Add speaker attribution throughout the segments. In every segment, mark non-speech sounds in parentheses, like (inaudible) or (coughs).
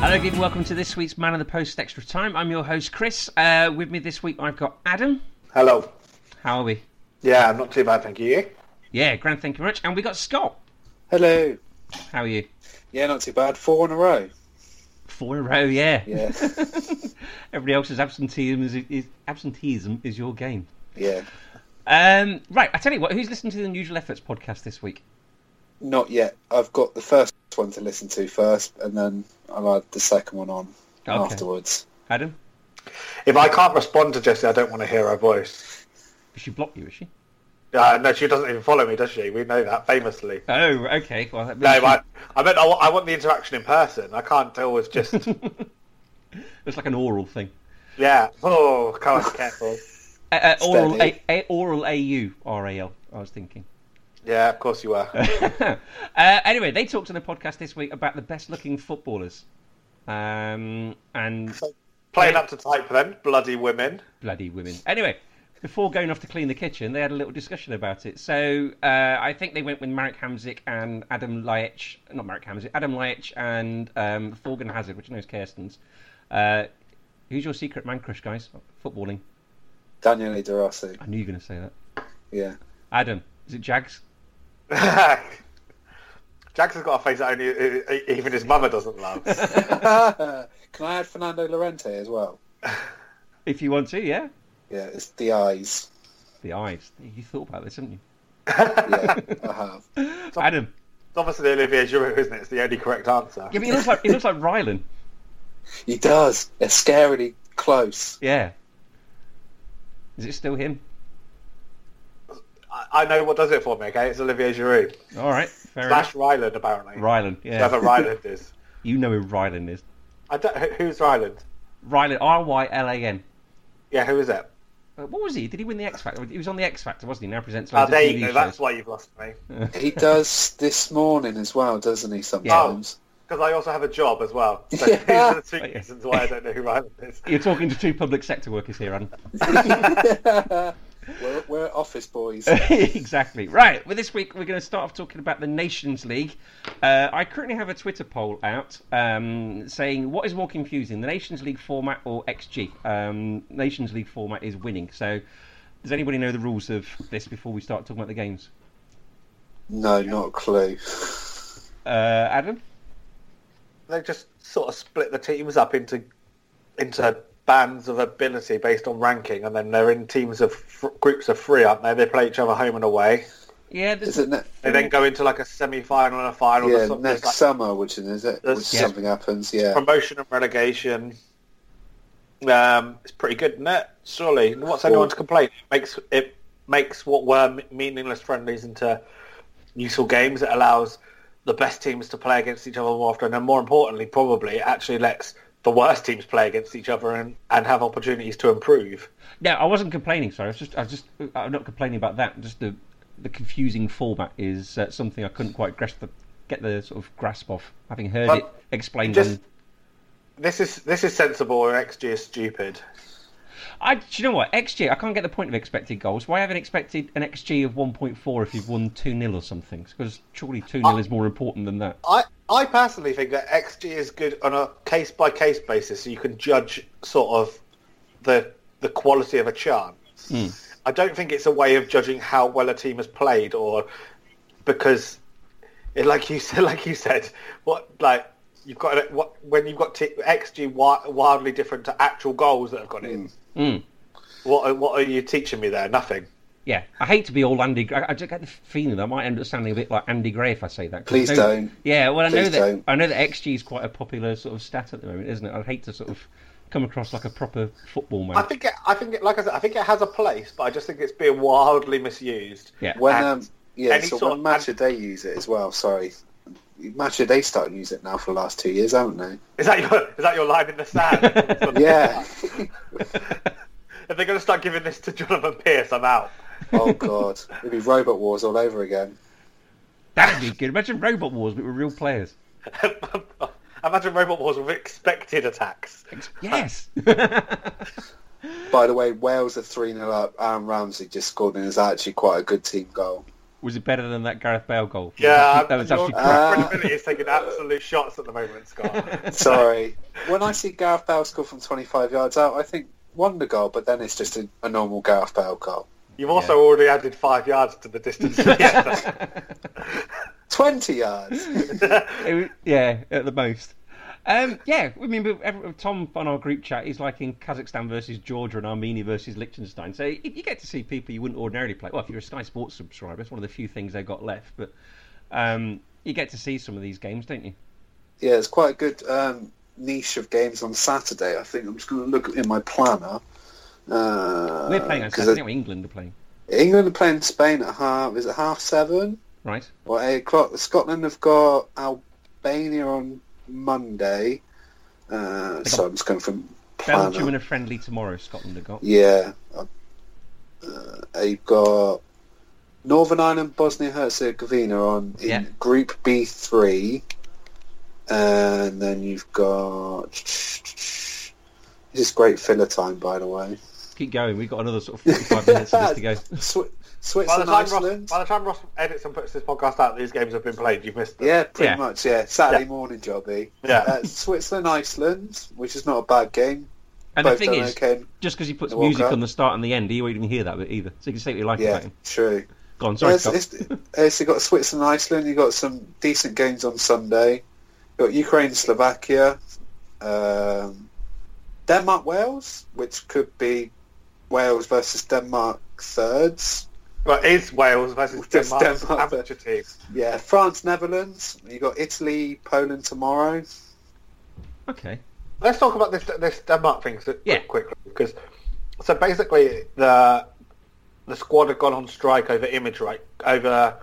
Speaker 1: Hello, everyone. Welcome to this week's Man of the Post Extra Time. I'm your host, Chris. Uh, with me this week, I've got Adam.
Speaker 2: Hello.
Speaker 1: How are we?
Speaker 2: Yeah, I'm not too bad, thank you. You?
Speaker 1: Yeah, grand. Thank you very much. And we got Scott.
Speaker 3: Hello.
Speaker 1: How are you?
Speaker 3: Yeah, not too bad. Four in a row.
Speaker 1: Four in a row. Yeah.
Speaker 3: (laughs) Yeah.
Speaker 1: Everybody else's absenteeism is, is absenteeism is your game.
Speaker 3: yeah.
Speaker 1: Um, right. I tell you what. Who's listening to the Unusual Efforts podcast this week?
Speaker 3: Not yet. I've got the first one to listen to first, and then I'll add the second one on
Speaker 1: Okay.
Speaker 3: afterwards.
Speaker 1: Adam.
Speaker 2: If I can't respond to Jessie, I don't want to hear her voice.
Speaker 1: She blocked you, is she?
Speaker 2: Uh, no, she doesn't even follow me, does she? We know that famously.
Speaker 1: Oh, okay. Well, that means
Speaker 2: No,
Speaker 1: she-
Speaker 2: I, I meant I, wa- I want the interaction in person. I can't always just
Speaker 1: it's like an oral thing.
Speaker 2: yeah. Oh, can't be careful.
Speaker 1: Uh, uh, oral, a,
Speaker 3: Steady.
Speaker 1: a, oral, au, R A L. I was thinking.
Speaker 2: Yeah, of course you were.
Speaker 1: uh, anyway, they talked on the podcast this week about the best looking footballers. Um, and
Speaker 2: Playing up to type then, bloody women. (laughs)
Speaker 1: bloody women. Anyway, before going off to clean the kitchen, they had a little discussion about it. So uh, I think they went with Marek Hamzik and Adam Lajic, not Marek Hamzik, Adam Lajic and um, Thorgan Hazard, which I know is Kirsten's. Uh, who's your secret man crush, guys? Footballing.
Speaker 3: Daniel De Rossi.
Speaker 1: I knew you were going to say that.
Speaker 3: (laughs) Yeah.
Speaker 1: Adam, is it Jags?
Speaker 2: Jax has got a face that only e- e- even his mother doesn't love. (laughs)
Speaker 3: Can I add Fernando Llorente as well?
Speaker 1: If you want to, yeah.
Speaker 3: Yeah, it's the eyes.
Speaker 1: The eyes. You thought about this, didn't you?
Speaker 3: Yeah, I have.
Speaker 1: Adam.
Speaker 2: It's obviously Olivier Giroud, isn't it? It's the only correct answer.
Speaker 1: Yeah, but he looks like he looks like Rylan.
Speaker 3: He does. It's scarily close.
Speaker 1: Yeah. Is it still him?
Speaker 2: I, I know what does it for me. Okay, it's Olivier Giroud
Speaker 1: All right, fair
Speaker 2: slash
Speaker 1: enough.
Speaker 2: Ryland apparently.
Speaker 1: Rylan,
Speaker 2: Whoever
Speaker 1: (laughs) yeah.
Speaker 2: Ryland is.
Speaker 1: You know who Rylan is.
Speaker 2: I don't, who- who's Ryland?
Speaker 1: Rylan, R Y L A N.
Speaker 2: Yeah, who is it?
Speaker 1: Uh, What was he? Did he win the X Factor? He was on the X Factor, wasn't he? Now presents
Speaker 2: Oh,
Speaker 1: loads
Speaker 2: there
Speaker 1: of TV
Speaker 2: you go. That's
Speaker 1: shows.
Speaker 2: why you've lost me.
Speaker 3: He does this morning as well, doesn't he, (laughs) sometimes?
Speaker 2: Because I also have a job as well. So
Speaker 3: Yeah.
Speaker 2: these are the
Speaker 1: (laughs)
Speaker 2: two
Speaker 1: yeah.
Speaker 2: reasons why I don't know who Ryland is.
Speaker 1: You're talking to two public sector workers here, Adam.
Speaker 3: Oh. (laughs) we're, we're office
Speaker 1: (laughs)
Speaker 3: boys.
Speaker 1: exactly. Right. Well, this week we're going to start off talking about the Nations League. Uh, I currently have a Twitter poll out um, saying what is more confusing, the Nations League format or XG? Um, Nations League format is winning. So, does anybody know the rules of this before we start talking about the games?
Speaker 3: No, not a clue.
Speaker 1: Uh, Adam?
Speaker 2: They just sort of split the teams up into into bands of ability based on ranking, and then they're in teams of fr- groups of three, aren't they? They play each other home and away.
Speaker 1: Yeah, there's
Speaker 3: Is it ne-
Speaker 2: They then go into like a semi-final and a final. or
Speaker 3: Yeah,
Speaker 2: something.
Speaker 3: next
Speaker 2: like
Speaker 3: summer, which is it?
Speaker 2: That's-
Speaker 3: Which
Speaker 1: Yeah.
Speaker 3: something happens, yeah.
Speaker 2: promotion and relegation. Um, it's pretty good, isn't it? Surely, what's anyone's complaint? It makes it makes what were meaningless friendlies into useful games. It allows the best teams to play against each other more often, and more importantly, probably it actually lets the worst teams play against each other and, and have opportunities to improve.
Speaker 1: No, I wasn't complaining. Sorry, I was just, I was just, I'm not complaining about that. Just the, the confusing format is uh, something I couldn't quite grasp the, get the sort of grasp of, having heard
Speaker 2: But
Speaker 1: it explained.
Speaker 2: just-
Speaker 1: on-
Speaker 2: This is this is sensible and XG is stupid.
Speaker 1: I, do you know what? XG, I can't get the point of expected goals. Why haven't expected an XG of 1.4 if you've won 2 0 or something? Because surely 2 0 is more important than that.
Speaker 2: I, I personally think that XG is good on a case by case basis, so you can judge sort of the the quality of a chance. I don't think it's a way of judging how well a team has (laughs) played, or because, it, like you said, like you said, what like you've got it- what- when you've got t- XG wi- wildly different to actual goals that have gone in.
Speaker 1: Mm.
Speaker 2: What are- what are you teaching me there? Nothing.
Speaker 1: Yeah, I hate to be all Andy. Gray. I just get the feeling that I might end up sounding a bit like Andy Gray if I say that. 'cause I
Speaker 3: Please
Speaker 1: know-
Speaker 3: don't.
Speaker 1: Yeah, well, I know
Speaker 3: Please
Speaker 1: that
Speaker 3: don't.
Speaker 1: I know that XG is quite a popular sort of stat at the moment, isn't it? I'd hate to sort of come across like a proper football man.
Speaker 2: I think it, I think it, like I said, I think it has a place, but I just think it's being wildly misused.
Speaker 1: Yeah.
Speaker 3: When
Speaker 2: And
Speaker 3: um, yeah,
Speaker 2: any
Speaker 3: so
Speaker 2: sort
Speaker 3: when
Speaker 2: of-
Speaker 3: Match of Day use it as well. Sorry, Match of Day started using it now for the last two years, haven't they?
Speaker 2: Is that your is that your line in the sand? (laughs)
Speaker 3: Yeah.
Speaker 2: If they're going to start giving this to Jonathan Pierce, I'm out. (laughs)
Speaker 3: oh God, it'd be Robot Wars all over again.
Speaker 1: That'd be good. Imagine Robot Wars but with real players.
Speaker 2: Imagine Robot Wars with expected attacks.
Speaker 1: Yes. (laughs)
Speaker 3: By the way, Wales are three 0 up. Aaron Ramsey just scored and is actually quite a good team goal.
Speaker 1: was it better than that Gareth Bale goal?
Speaker 2: Yeah,
Speaker 1: (laughs) that was
Speaker 2: your
Speaker 1: actually.
Speaker 2: credibility is taking absolute shots at the moment, Scott. (laughs)
Speaker 3: (laughs) Sorry, when I see Gareth Bale score from 25 yards out, I think wonder goal, but then it's just a, a normal Gareth Bale goal.
Speaker 2: You've also already added five yards to the distance. of the effort.
Speaker 3: 20 yards.
Speaker 1: It was- yeah, at the most. Um, yeah, I mean, but every, Tom on our group chat is like in Kazakhstan versus Georgia and Armenia versus Liechtenstein. So if you get to see people you wouldn't ordinarily play. Well, if you're a Sky Sports subscriber, it's one of the few things they got left. But um, you get to see some of these games, don't you?
Speaker 3: yeah, it's quite a good um, niche of games on Saturday. I think I'm just going to look in my planner. Uh,
Speaker 1: We're playing on
Speaker 3: 'cause
Speaker 1: Saturday. aren't we? England are playing,
Speaker 3: England are playing Spain at half. Is it half seven
Speaker 1: right?
Speaker 3: or eight o'clock? Scotland have got Albania on Monday. Uh, so I'm just going from planner.
Speaker 1: Belgium and a friendly tomorrow. Scotland have got.
Speaker 3: Yeah. Uh, you've got Northern Ireland, Bosnia Herzegovina on in
Speaker 1: Yeah.
Speaker 3: Group B three, and then you've got. This is great filler time, by the way.
Speaker 1: Keep going. We've got another sort of 45 minutes of this to go.
Speaker 3: (laughs) Swi-
Speaker 2: by, the
Speaker 3: Switzerland,
Speaker 2: time Ross,
Speaker 3: Iceland.
Speaker 2: by the time Ross edits and puts this podcast out, these games have been played. You've missed them.
Speaker 3: Yeah, pretty
Speaker 1: Yeah.
Speaker 3: much. Yeah, Saturday
Speaker 2: Yeah.
Speaker 3: morning jobby.
Speaker 2: Yeah.
Speaker 3: uh, Switzerland, Iceland, which is not a bad game.
Speaker 1: And
Speaker 3: Both
Speaker 1: the thing
Speaker 3: done
Speaker 1: is,
Speaker 3: okay.
Speaker 1: just because he puts
Speaker 3: The World
Speaker 1: music
Speaker 3: Cup.
Speaker 1: on the start and the end, you won't even hear that bit either. So you can say what you like about
Speaker 3: Yeah,
Speaker 1: him.
Speaker 3: true.
Speaker 1: Go on, sorry,
Speaker 3: Yes,
Speaker 1: Scott.
Speaker 3: it's, it's, you've got Switzerland, Iceland. You've got some decent games on Sunday. You've got Ukraine, Slovakia, um, Denmark, Wales, which could be Wales versus Denmark thirds.
Speaker 2: Well, is Wales versus
Speaker 3: Just
Speaker 2: Denmark,
Speaker 3: Denmark.
Speaker 2: amateur team?
Speaker 3: Yeah, France, Netherlands. You've got Italy, Poland tomorrow.
Speaker 1: Okay.
Speaker 2: Let's talk about this this Denmark thing so-
Speaker 1: Yeah.
Speaker 2: quickly because so basically the the squad had gone on strike over image right over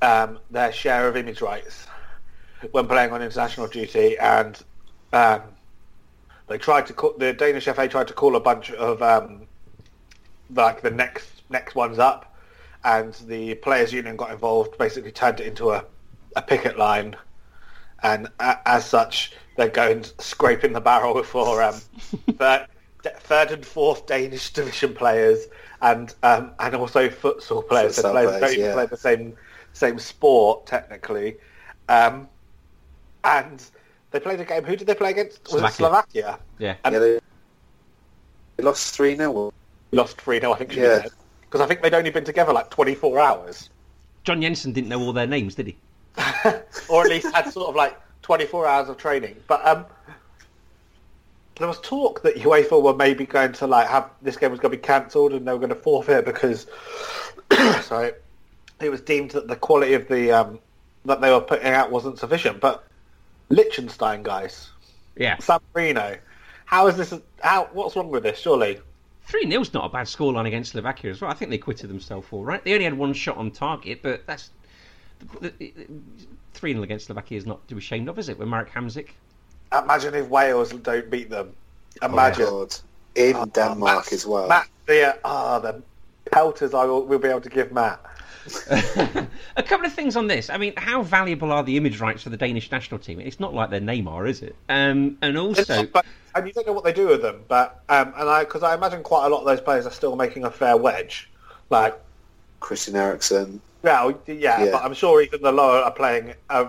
Speaker 2: um, their share of image rights when playing on international duty and um, they tried to call, the Danish FA tried to call a bunch of um, like the next next ones up and the players union got involved basically turned it into a, a picket line and a as such, they're going scraping the barrel (laughs) for
Speaker 3: (laughs)
Speaker 2: um, third, third and fourth Danish division players, and um, and also futsal players. So
Speaker 3: Futsal
Speaker 2: players,
Speaker 3: players,
Speaker 2: don't even
Speaker 3: yeah.
Speaker 2: play the same same sport technically, um, and they played a game. Who did they play against? Was it
Speaker 1: Slovakia.
Speaker 2: Slovakia?
Speaker 1: Yeah.
Speaker 2: And
Speaker 3: Yeah, they, they lost three Oh, 0
Speaker 2: lost three 0 I think.
Speaker 3: Yeah.
Speaker 2: Yeah. Because I think they'd only been together like 24 hours,
Speaker 1: John Jensen didn't know all their names, did he?
Speaker 2: or at least had sort of like 24 hours of training. But um, there was talk that UEFA were maybe going to like have this game was going to be cancelled and they were going to forfeit because (coughs) sorry, it was deemed that the quality of the um, that they were putting out wasn't sufficient. But Liechtenstein guys,
Speaker 1: Yeah.
Speaker 2: San Marino, how is this? How what's wrong with this? Surely,
Speaker 1: 3 nil's not a bad scoreline against Slovakia as well. I think they acquitted themselves all right. They only had one shot on target, but that's. 3 nil against Slovakia is not to be ashamed of, is it? With Marek Hamzik?
Speaker 2: imagine if Wales don't beat them. Imagine.
Speaker 3: Oh God, in Denmark as well.
Speaker 2: Matt, the uh, ah, the pelters I will, will be able to give Matt.
Speaker 1: (laughs) A couple of things on this. I mean, how valuable are the image rights for the Danish national team? It's not like their Neymar, is it? Um, and also.
Speaker 2: but, and you don't know what they do with them, but um, and I because I imagine quite a lot of those players are still making a fair wedge, like
Speaker 3: Christian Eriksen.
Speaker 2: well, yeah,
Speaker 3: Yeah.
Speaker 2: but I'm sure even the lower are playing uh,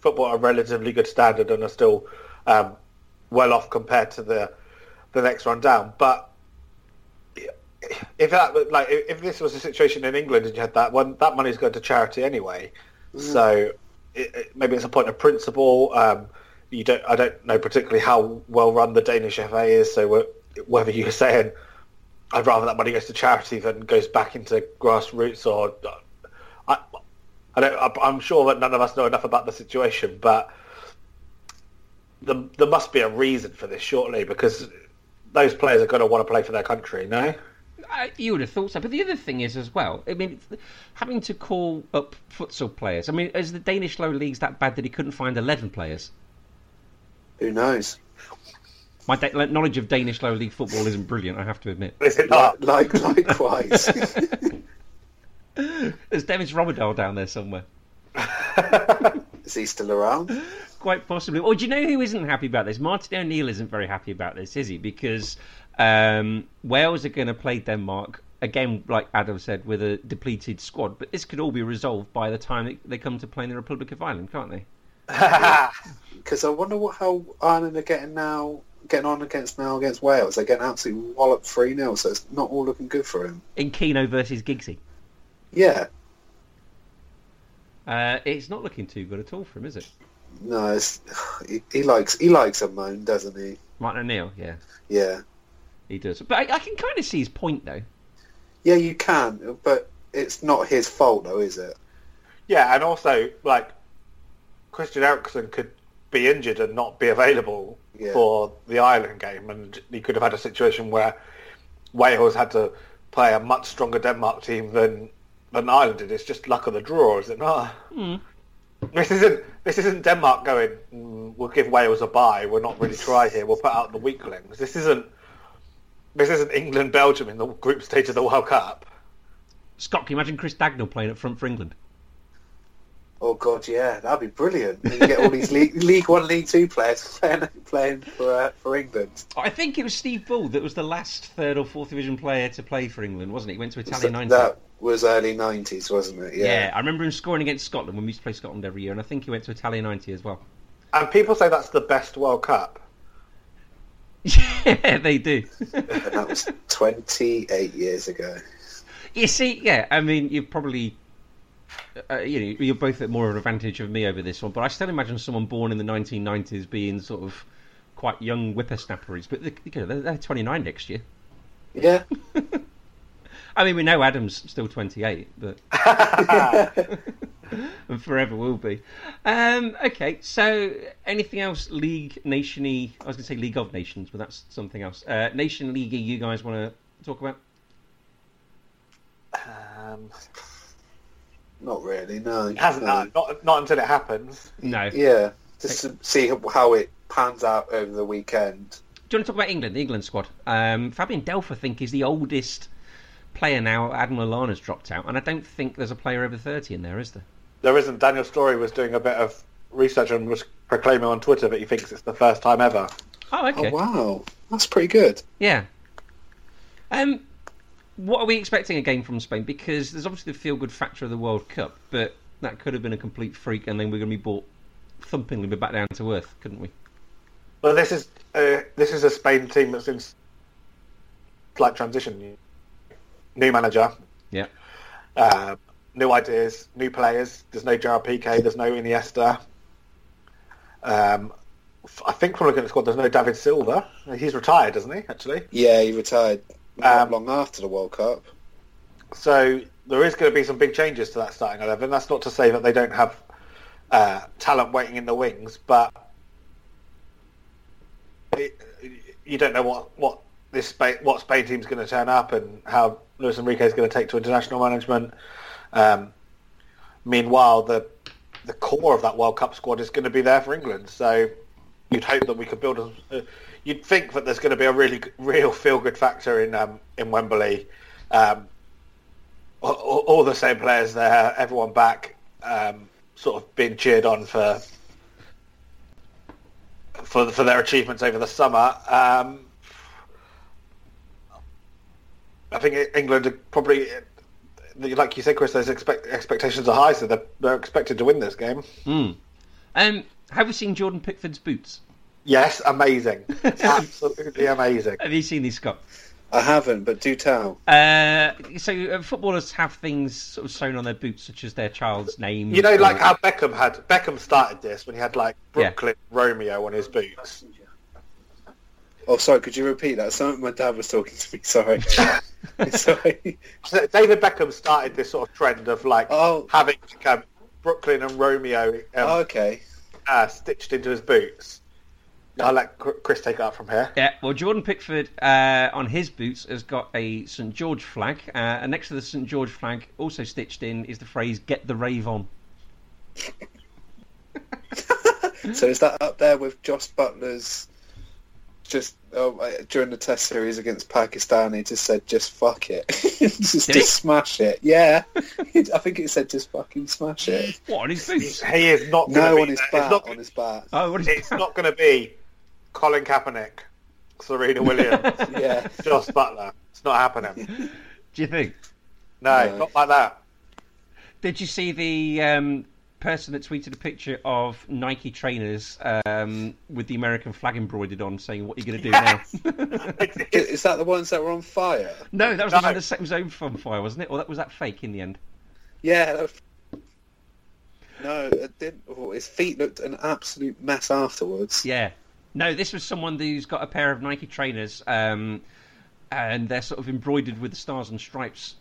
Speaker 2: football at a relatively good standard and are still um, well off compared to the the next one down. But if that like if if this was a situation in England and you had that one, that money's going to charity anyway. So it, it- maybe it's a point of principle. Um, you don't. I don't know particularly how well run the Danish FA is. So wh- whether you're saying I'd rather that money goes to charity than goes back into grassroots, or I, I don't. I- I'm sure that none of us know enough about the situation, but the, there must be a reason for this shortly because those players are going to want to play for their country. No.
Speaker 1: I, you would have thought so. But the other thing is as well. I mean, it's- having to call up futsal players. I mean, is the Danish low leagues that bad that he couldn't find eleven players?
Speaker 3: Who knows?
Speaker 1: My da- knowledge of Danish low league football isn't brilliant. I have to admit.
Speaker 2: (laughs) Is it not?
Speaker 3: Like, like likewise. (laughs)
Speaker 1: There's Dennis Romadal down there somewhere.
Speaker 3: Is he still around?
Speaker 1: Quite possibly. Or do you know who isn't happy about this? Martin O'Neill isn't very happy about this, is he? Because um, Wales are going to play Denmark again, like Adam said, with a depleted squad. But this could all be resolved by the time it, they come to play in the Republic of Ireland, can't they?
Speaker 3: Because I wonder what how Ireland are getting now, getting on against now against Wales. They're getting absolutely walloped three 0 so it's not all looking good for him.
Speaker 1: In Keno versus Giggsy.
Speaker 3: Yeah,
Speaker 1: Uh, it's not looking too good at all for him, is it?
Speaker 3: no, it's, (sighs) he, he likes he likes a moan, doesn't he?
Speaker 1: Martin O'Neill, yeah,
Speaker 3: Yeah,
Speaker 1: he does. But I, I can kind of see his point, though.
Speaker 3: yeah, you can, but it's not his fault though, is it?
Speaker 2: Yeah, and also like Christian Eriksen could be injured and not be available
Speaker 3: Yeah.
Speaker 2: for the Ireland game, and he could have had a situation where Wales had to play a much stronger Denmark team than than Ireland did. It's just luck of the draw, is it not? This isn't this isn't Denmark going. Mm, we'll give Wales a bye. We're not really try here. We'll put out the weaklings. This isn't this isn't England Belgium in the group stage of the World Cup.
Speaker 1: Scott, can you imagine Chris Dagnall playing up front for England?
Speaker 3: Oh god, yeah, that'd be brilliant. And you get all these league, (laughs) league One, League Two players (laughs) playing playing for uh, for England.
Speaker 1: I think it was Steve Ball that was the last third or fourth division player to play for England, wasn't it? He went to Italian 90.
Speaker 3: That was early nineties, wasn't it?
Speaker 1: yeah. I remember him scoring against Scotland when we used to play Scotland every year, and I think he went to Italian 90 as well. (laughs)
Speaker 2: And people say that's the best World Cup.
Speaker 1: yeah, they do.
Speaker 3: and that was twenty eight years ago.
Speaker 1: (laughs) you see, yeah, I mean, you're probably, uh, you know, you're both at more of an advantage of me over this one, but I still imagine someone born in the 1990s being sort of quite young whippersnapperies, but they, you know, they're, they're 29 next year.
Speaker 3: Yeah.
Speaker 1: I mean, we know Adam's still 28, but
Speaker 3: (laughs)
Speaker 1: (laughs) and forever will be. Um, okay, so anything else? League nationy? I was going to say League of Nations, but that's something else. Uh, Nation League, you guys want to talk about?
Speaker 2: Um,
Speaker 3: Not really, no.
Speaker 2: hasn't uh,
Speaker 3: no.
Speaker 2: that? Not, not until it happens.
Speaker 1: No. Do you
Speaker 3: Yeah, just to see how it pans out over the weekend.
Speaker 1: want to talk about England? The England squad. Um, Fabian Delph, I think, is the oldest player now. Admiral Lana's dropped out, and I don't think there's a player over 30 in there, is there?
Speaker 2: There isn't. Daniel Story was doing a bit of research and was proclaiming on Twitter that he thinks it's the first time ever.
Speaker 1: Oh, okay.
Speaker 3: Oh wow, that's pretty good.
Speaker 1: Yeah. Um, what are we expecting again from Spain? Because there's obviously the feel-good factor of the World Cup, but that could have been a complete freak, and then we're going to be bought thumpingly back down to earth, couldn't we?
Speaker 2: But this is uh, this is a Spain team that's in slight transition. New manager,
Speaker 1: Yeah.
Speaker 2: um, new ideas, new players. There's no Gerard Piqué. There's no Iniesta. Um, f- I think from looking at the squad, there's no David Silva. He's retired, isn't he? Actually,
Speaker 3: Yeah, he retired not
Speaker 2: Um,
Speaker 3: long after the World Cup.
Speaker 2: So there is going to be some big changes to that starting eleven. That's not to say that they don't have uh, talent waiting in the wings, but it, you don't know what what this Spain, what Spain team's going to turn up and how Luis Enrique is going to take to international management. Um, meanwhile, the the core of that World Cup squad is going to be there for England. So you'd hope that we could build a. Uh, you'd think that there's going to be a really g- real feel good factor in um, in Wembley. Um, all, all- all the same players there, everyone back, um, sort of being cheered on for for for their achievements over the summer. Um, I think E- England are probably, like you said, Chris, those expect, expectations are high, so they're, they're expected to win this game.
Speaker 1: Mm. Um, have we seen Jordan Pickford's boots?
Speaker 2: Yes, amazing, absolutely amazing.
Speaker 1: Have you seen these, Scott?
Speaker 3: I haven't, but do tell.
Speaker 1: Uh, so uh, footballers have things sort of sewn on their boots, such as their child's name.
Speaker 2: You know,
Speaker 1: or-
Speaker 2: like how Beckham had Beckham started this when he had like
Speaker 1: uh, Yeah.
Speaker 2: Brooklyn Romeo on his boots.
Speaker 3: Oh, sorry. Could you repeat that? Something my dad was talking to me. (laughs) Sorry. sorry.
Speaker 2: So David Beckham started this sort of trend of like
Speaker 3: Oh.
Speaker 2: having like, um, Brooklyn and Romeo um,
Speaker 3: okay.
Speaker 2: uh, stitched into his boots. I'll let Chr- Chris take it up from here.
Speaker 1: Yeah, well, Jordan Pickford uh, on his boots has got a St George flag, uh, and next to the St George flag, also stitched in, is the phrase "Get the rave on."
Speaker 3: So is that up there with Josh Butler's? Just oh, uh, during the Test series against Pakistan, he just said, "Just fuck it, (laughs) just,
Speaker 1: Did he?
Speaker 3: just smash it." Yeah, (laughs) I think it said, "Just fucking smash it."
Speaker 1: What on his boots?
Speaker 2: He is not going to
Speaker 3: No,
Speaker 2: be
Speaker 3: on his
Speaker 2: there. It's
Speaker 3: back.
Speaker 2: not,
Speaker 3: on his back.
Speaker 1: Oh, what is
Speaker 2: it's
Speaker 1: that?
Speaker 2: not going to be Colin Kaepernick, Serena Williams,
Speaker 3: (laughs) Yeah.
Speaker 2: Josh Butler. It's not happening.
Speaker 1: (laughs) Do you think?
Speaker 2: No,
Speaker 3: No.
Speaker 2: not like that.
Speaker 1: Did you see the um, person that tweeted a picture of Nike trainers um, with the American flag embroidered on, saying, "What are you going to do now?" (laughs)
Speaker 3: Is is that the ones that were on fire?
Speaker 1: no, that was
Speaker 2: (laughs) No.
Speaker 1: the one that set his own on fire, wasn't it? Or that was that fake in the end?
Speaker 3: Yeah. That was... No, it didn't. Oh, his feet looked an absolute mess afterwards.
Speaker 1: Yeah. No, this was someone who's got a pair of Nike trainers, um, and they're sort of embroidered with the stars and stripes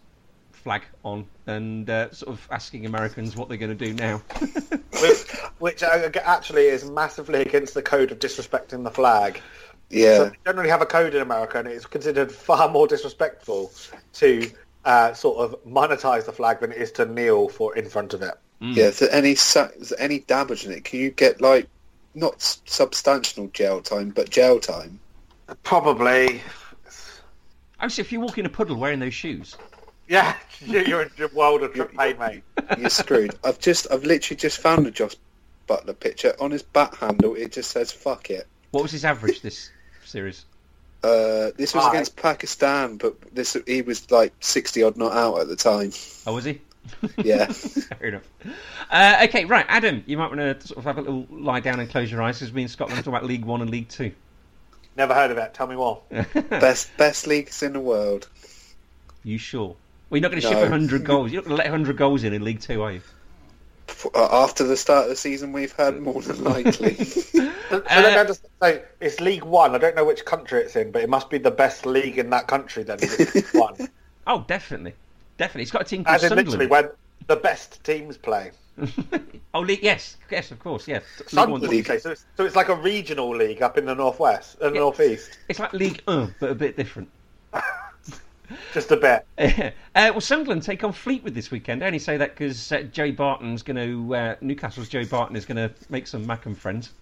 Speaker 1: flag on, and uh, sort of asking Americans what they're going to do now. (laughs)
Speaker 2: Which, which uh, actually is massively against the code of disrespecting the flag. So
Speaker 3: Yeah.
Speaker 2: they generally have a code in America, and it's considered far more disrespectful to uh, sort of monetize the flag than it is to kneel for in front of it.
Speaker 3: Yeah, if there any sa- is there any damage in it, can you get like not s- substantial jail time, but jail time?
Speaker 2: Probably,
Speaker 1: Oh, so if you walk in a puddle wearing those shoes,
Speaker 2: yeah. (laughs) you- You're in the world of trip pain, mate.
Speaker 3: You're (laughs) screwed. I've just I've literally just found a Josh Butler picture on his bat handle. It just says "fuck it."
Speaker 1: what was his average this series?
Speaker 3: Uh, this was
Speaker 2: Aye.
Speaker 3: against Pakistan, but this he was like sixty odd not out at the time.
Speaker 1: Oh, was he? (laughs)
Speaker 3: Yeah.
Speaker 1: Fair enough. Uh, okay, right, Adam, you might want to sort of have a little lie down and close your eyes because me and Scott want to talk about League One and League Two.
Speaker 2: Never heard of it. Tell me more.
Speaker 3: best best leagues in the world.
Speaker 1: You sure? Well, you're not going to
Speaker 3: No.
Speaker 1: ship 100 goals. You're not going to let 100 goals in in League Two, are you?
Speaker 3: F- uh, After the start of the season, we've had more than likely.
Speaker 2: So I don't understand. So it's League One. I don't know which country it's in, but it must be the best league in that country. Then if it's League One,
Speaker 1: Oh, definitely. Definitely. It's got a team called
Speaker 2: as in
Speaker 1: Sunderland.
Speaker 2: literally when the best teams play.
Speaker 1: Oh, League, yes, yes, of course, yes. League One.
Speaker 2: Sunderland play. So it's, so it's like a regional league up in the northwest and
Speaker 1: Yeah.
Speaker 2: northeast,
Speaker 1: It's like League One, but a bit different. (laughs)
Speaker 2: just a bit.
Speaker 1: uh, well, Sunderland take on Fleetwood this weekend. I only say that because uh, Joe Barton's going to uh, Newcastle's Joe Barton is going to make some Mac and friends. (laughs)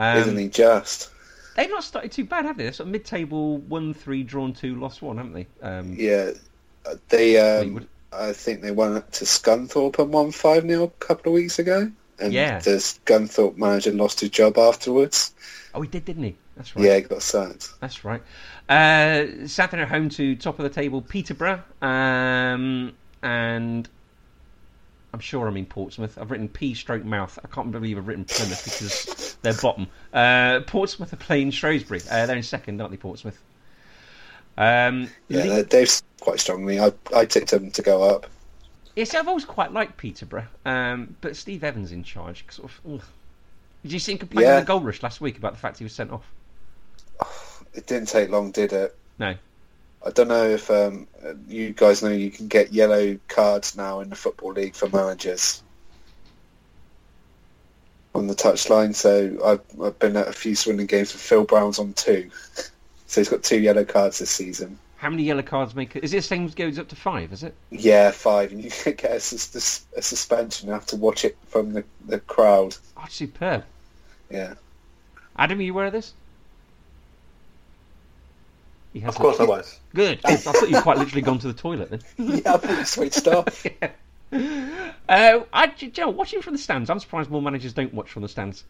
Speaker 1: Um,
Speaker 3: Isn't he just?
Speaker 1: They've not started too bad, have they? They're sort of mid-table, one-three, drawn two, lost one, haven't they? Um,
Speaker 3: Yeah. Uh, They, um,
Speaker 1: Fleetwood.
Speaker 3: I think they went up to Scunthorpe and won 5 0 a couple of weeks ago. And
Speaker 1: Yeah.
Speaker 3: the Scunthorpe manager lost his job afterwards.
Speaker 1: Oh, he did, didn't he? That's right.
Speaker 3: Yeah, he got sacked.
Speaker 1: That's right. Uh, Saturday at home to top of the table Peterborough, um, and I'm sure I mean Portsmouth. I've written P stroke mouth. I can't believe I've written Plymouth because they're bottom. Uh, Portsmouth are playing Shrewsbury. Uh, they're in second, aren't they, Portsmouth? Um,
Speaker 3: Yeah,
Speaker 1: Le-
Speaker 3: they- they've quite strongly. I, I tipped them to go up.
Speaker 1: yeah, see, I've always quite liked Peterborough, um, but Steve Evans in charge. Sort of. ugh. Did you see him complain
Speaker 3: Yeah.
Speaker 1: on the goal rush last week about the fact he was sent off?
Speaker 3: It didn't take long, did it?
Speaker 1: No.
Speaker 3: I don't know if um, you guys know you can get yellow cards now in the Football League for managers on the touchline. So I've, I've been at a few Swindon games with Phil Brown's on two. (laughs) So he's got two yellow cards this season.
Speaker 1: How many yellow cards make? Is this thing goes up to five? Is it?
Speaker 3: Yeah, five. And you (laughs) could get a, sus- a suspension. You have to watch it from the, the crowd.
Speaker 1: Oh, superb.
Speaker 3: Yeah.
Speaker 1: Adam, are you aware of this? He has
Speaker 2: Of course, I
Speaker 1: it.
Speaker 2: was.
Speaker 1: Good. I thought you'd quite literally gone to the toilet then.
Speaker 3: (laughs)
Speaker 2: (laughs)
Speaker 3: Yeah, I think it's sweet stuff.
Speaker 1: Uh, I, do you know, watching from the stands, I'm surprised more managers don't watch from the stands.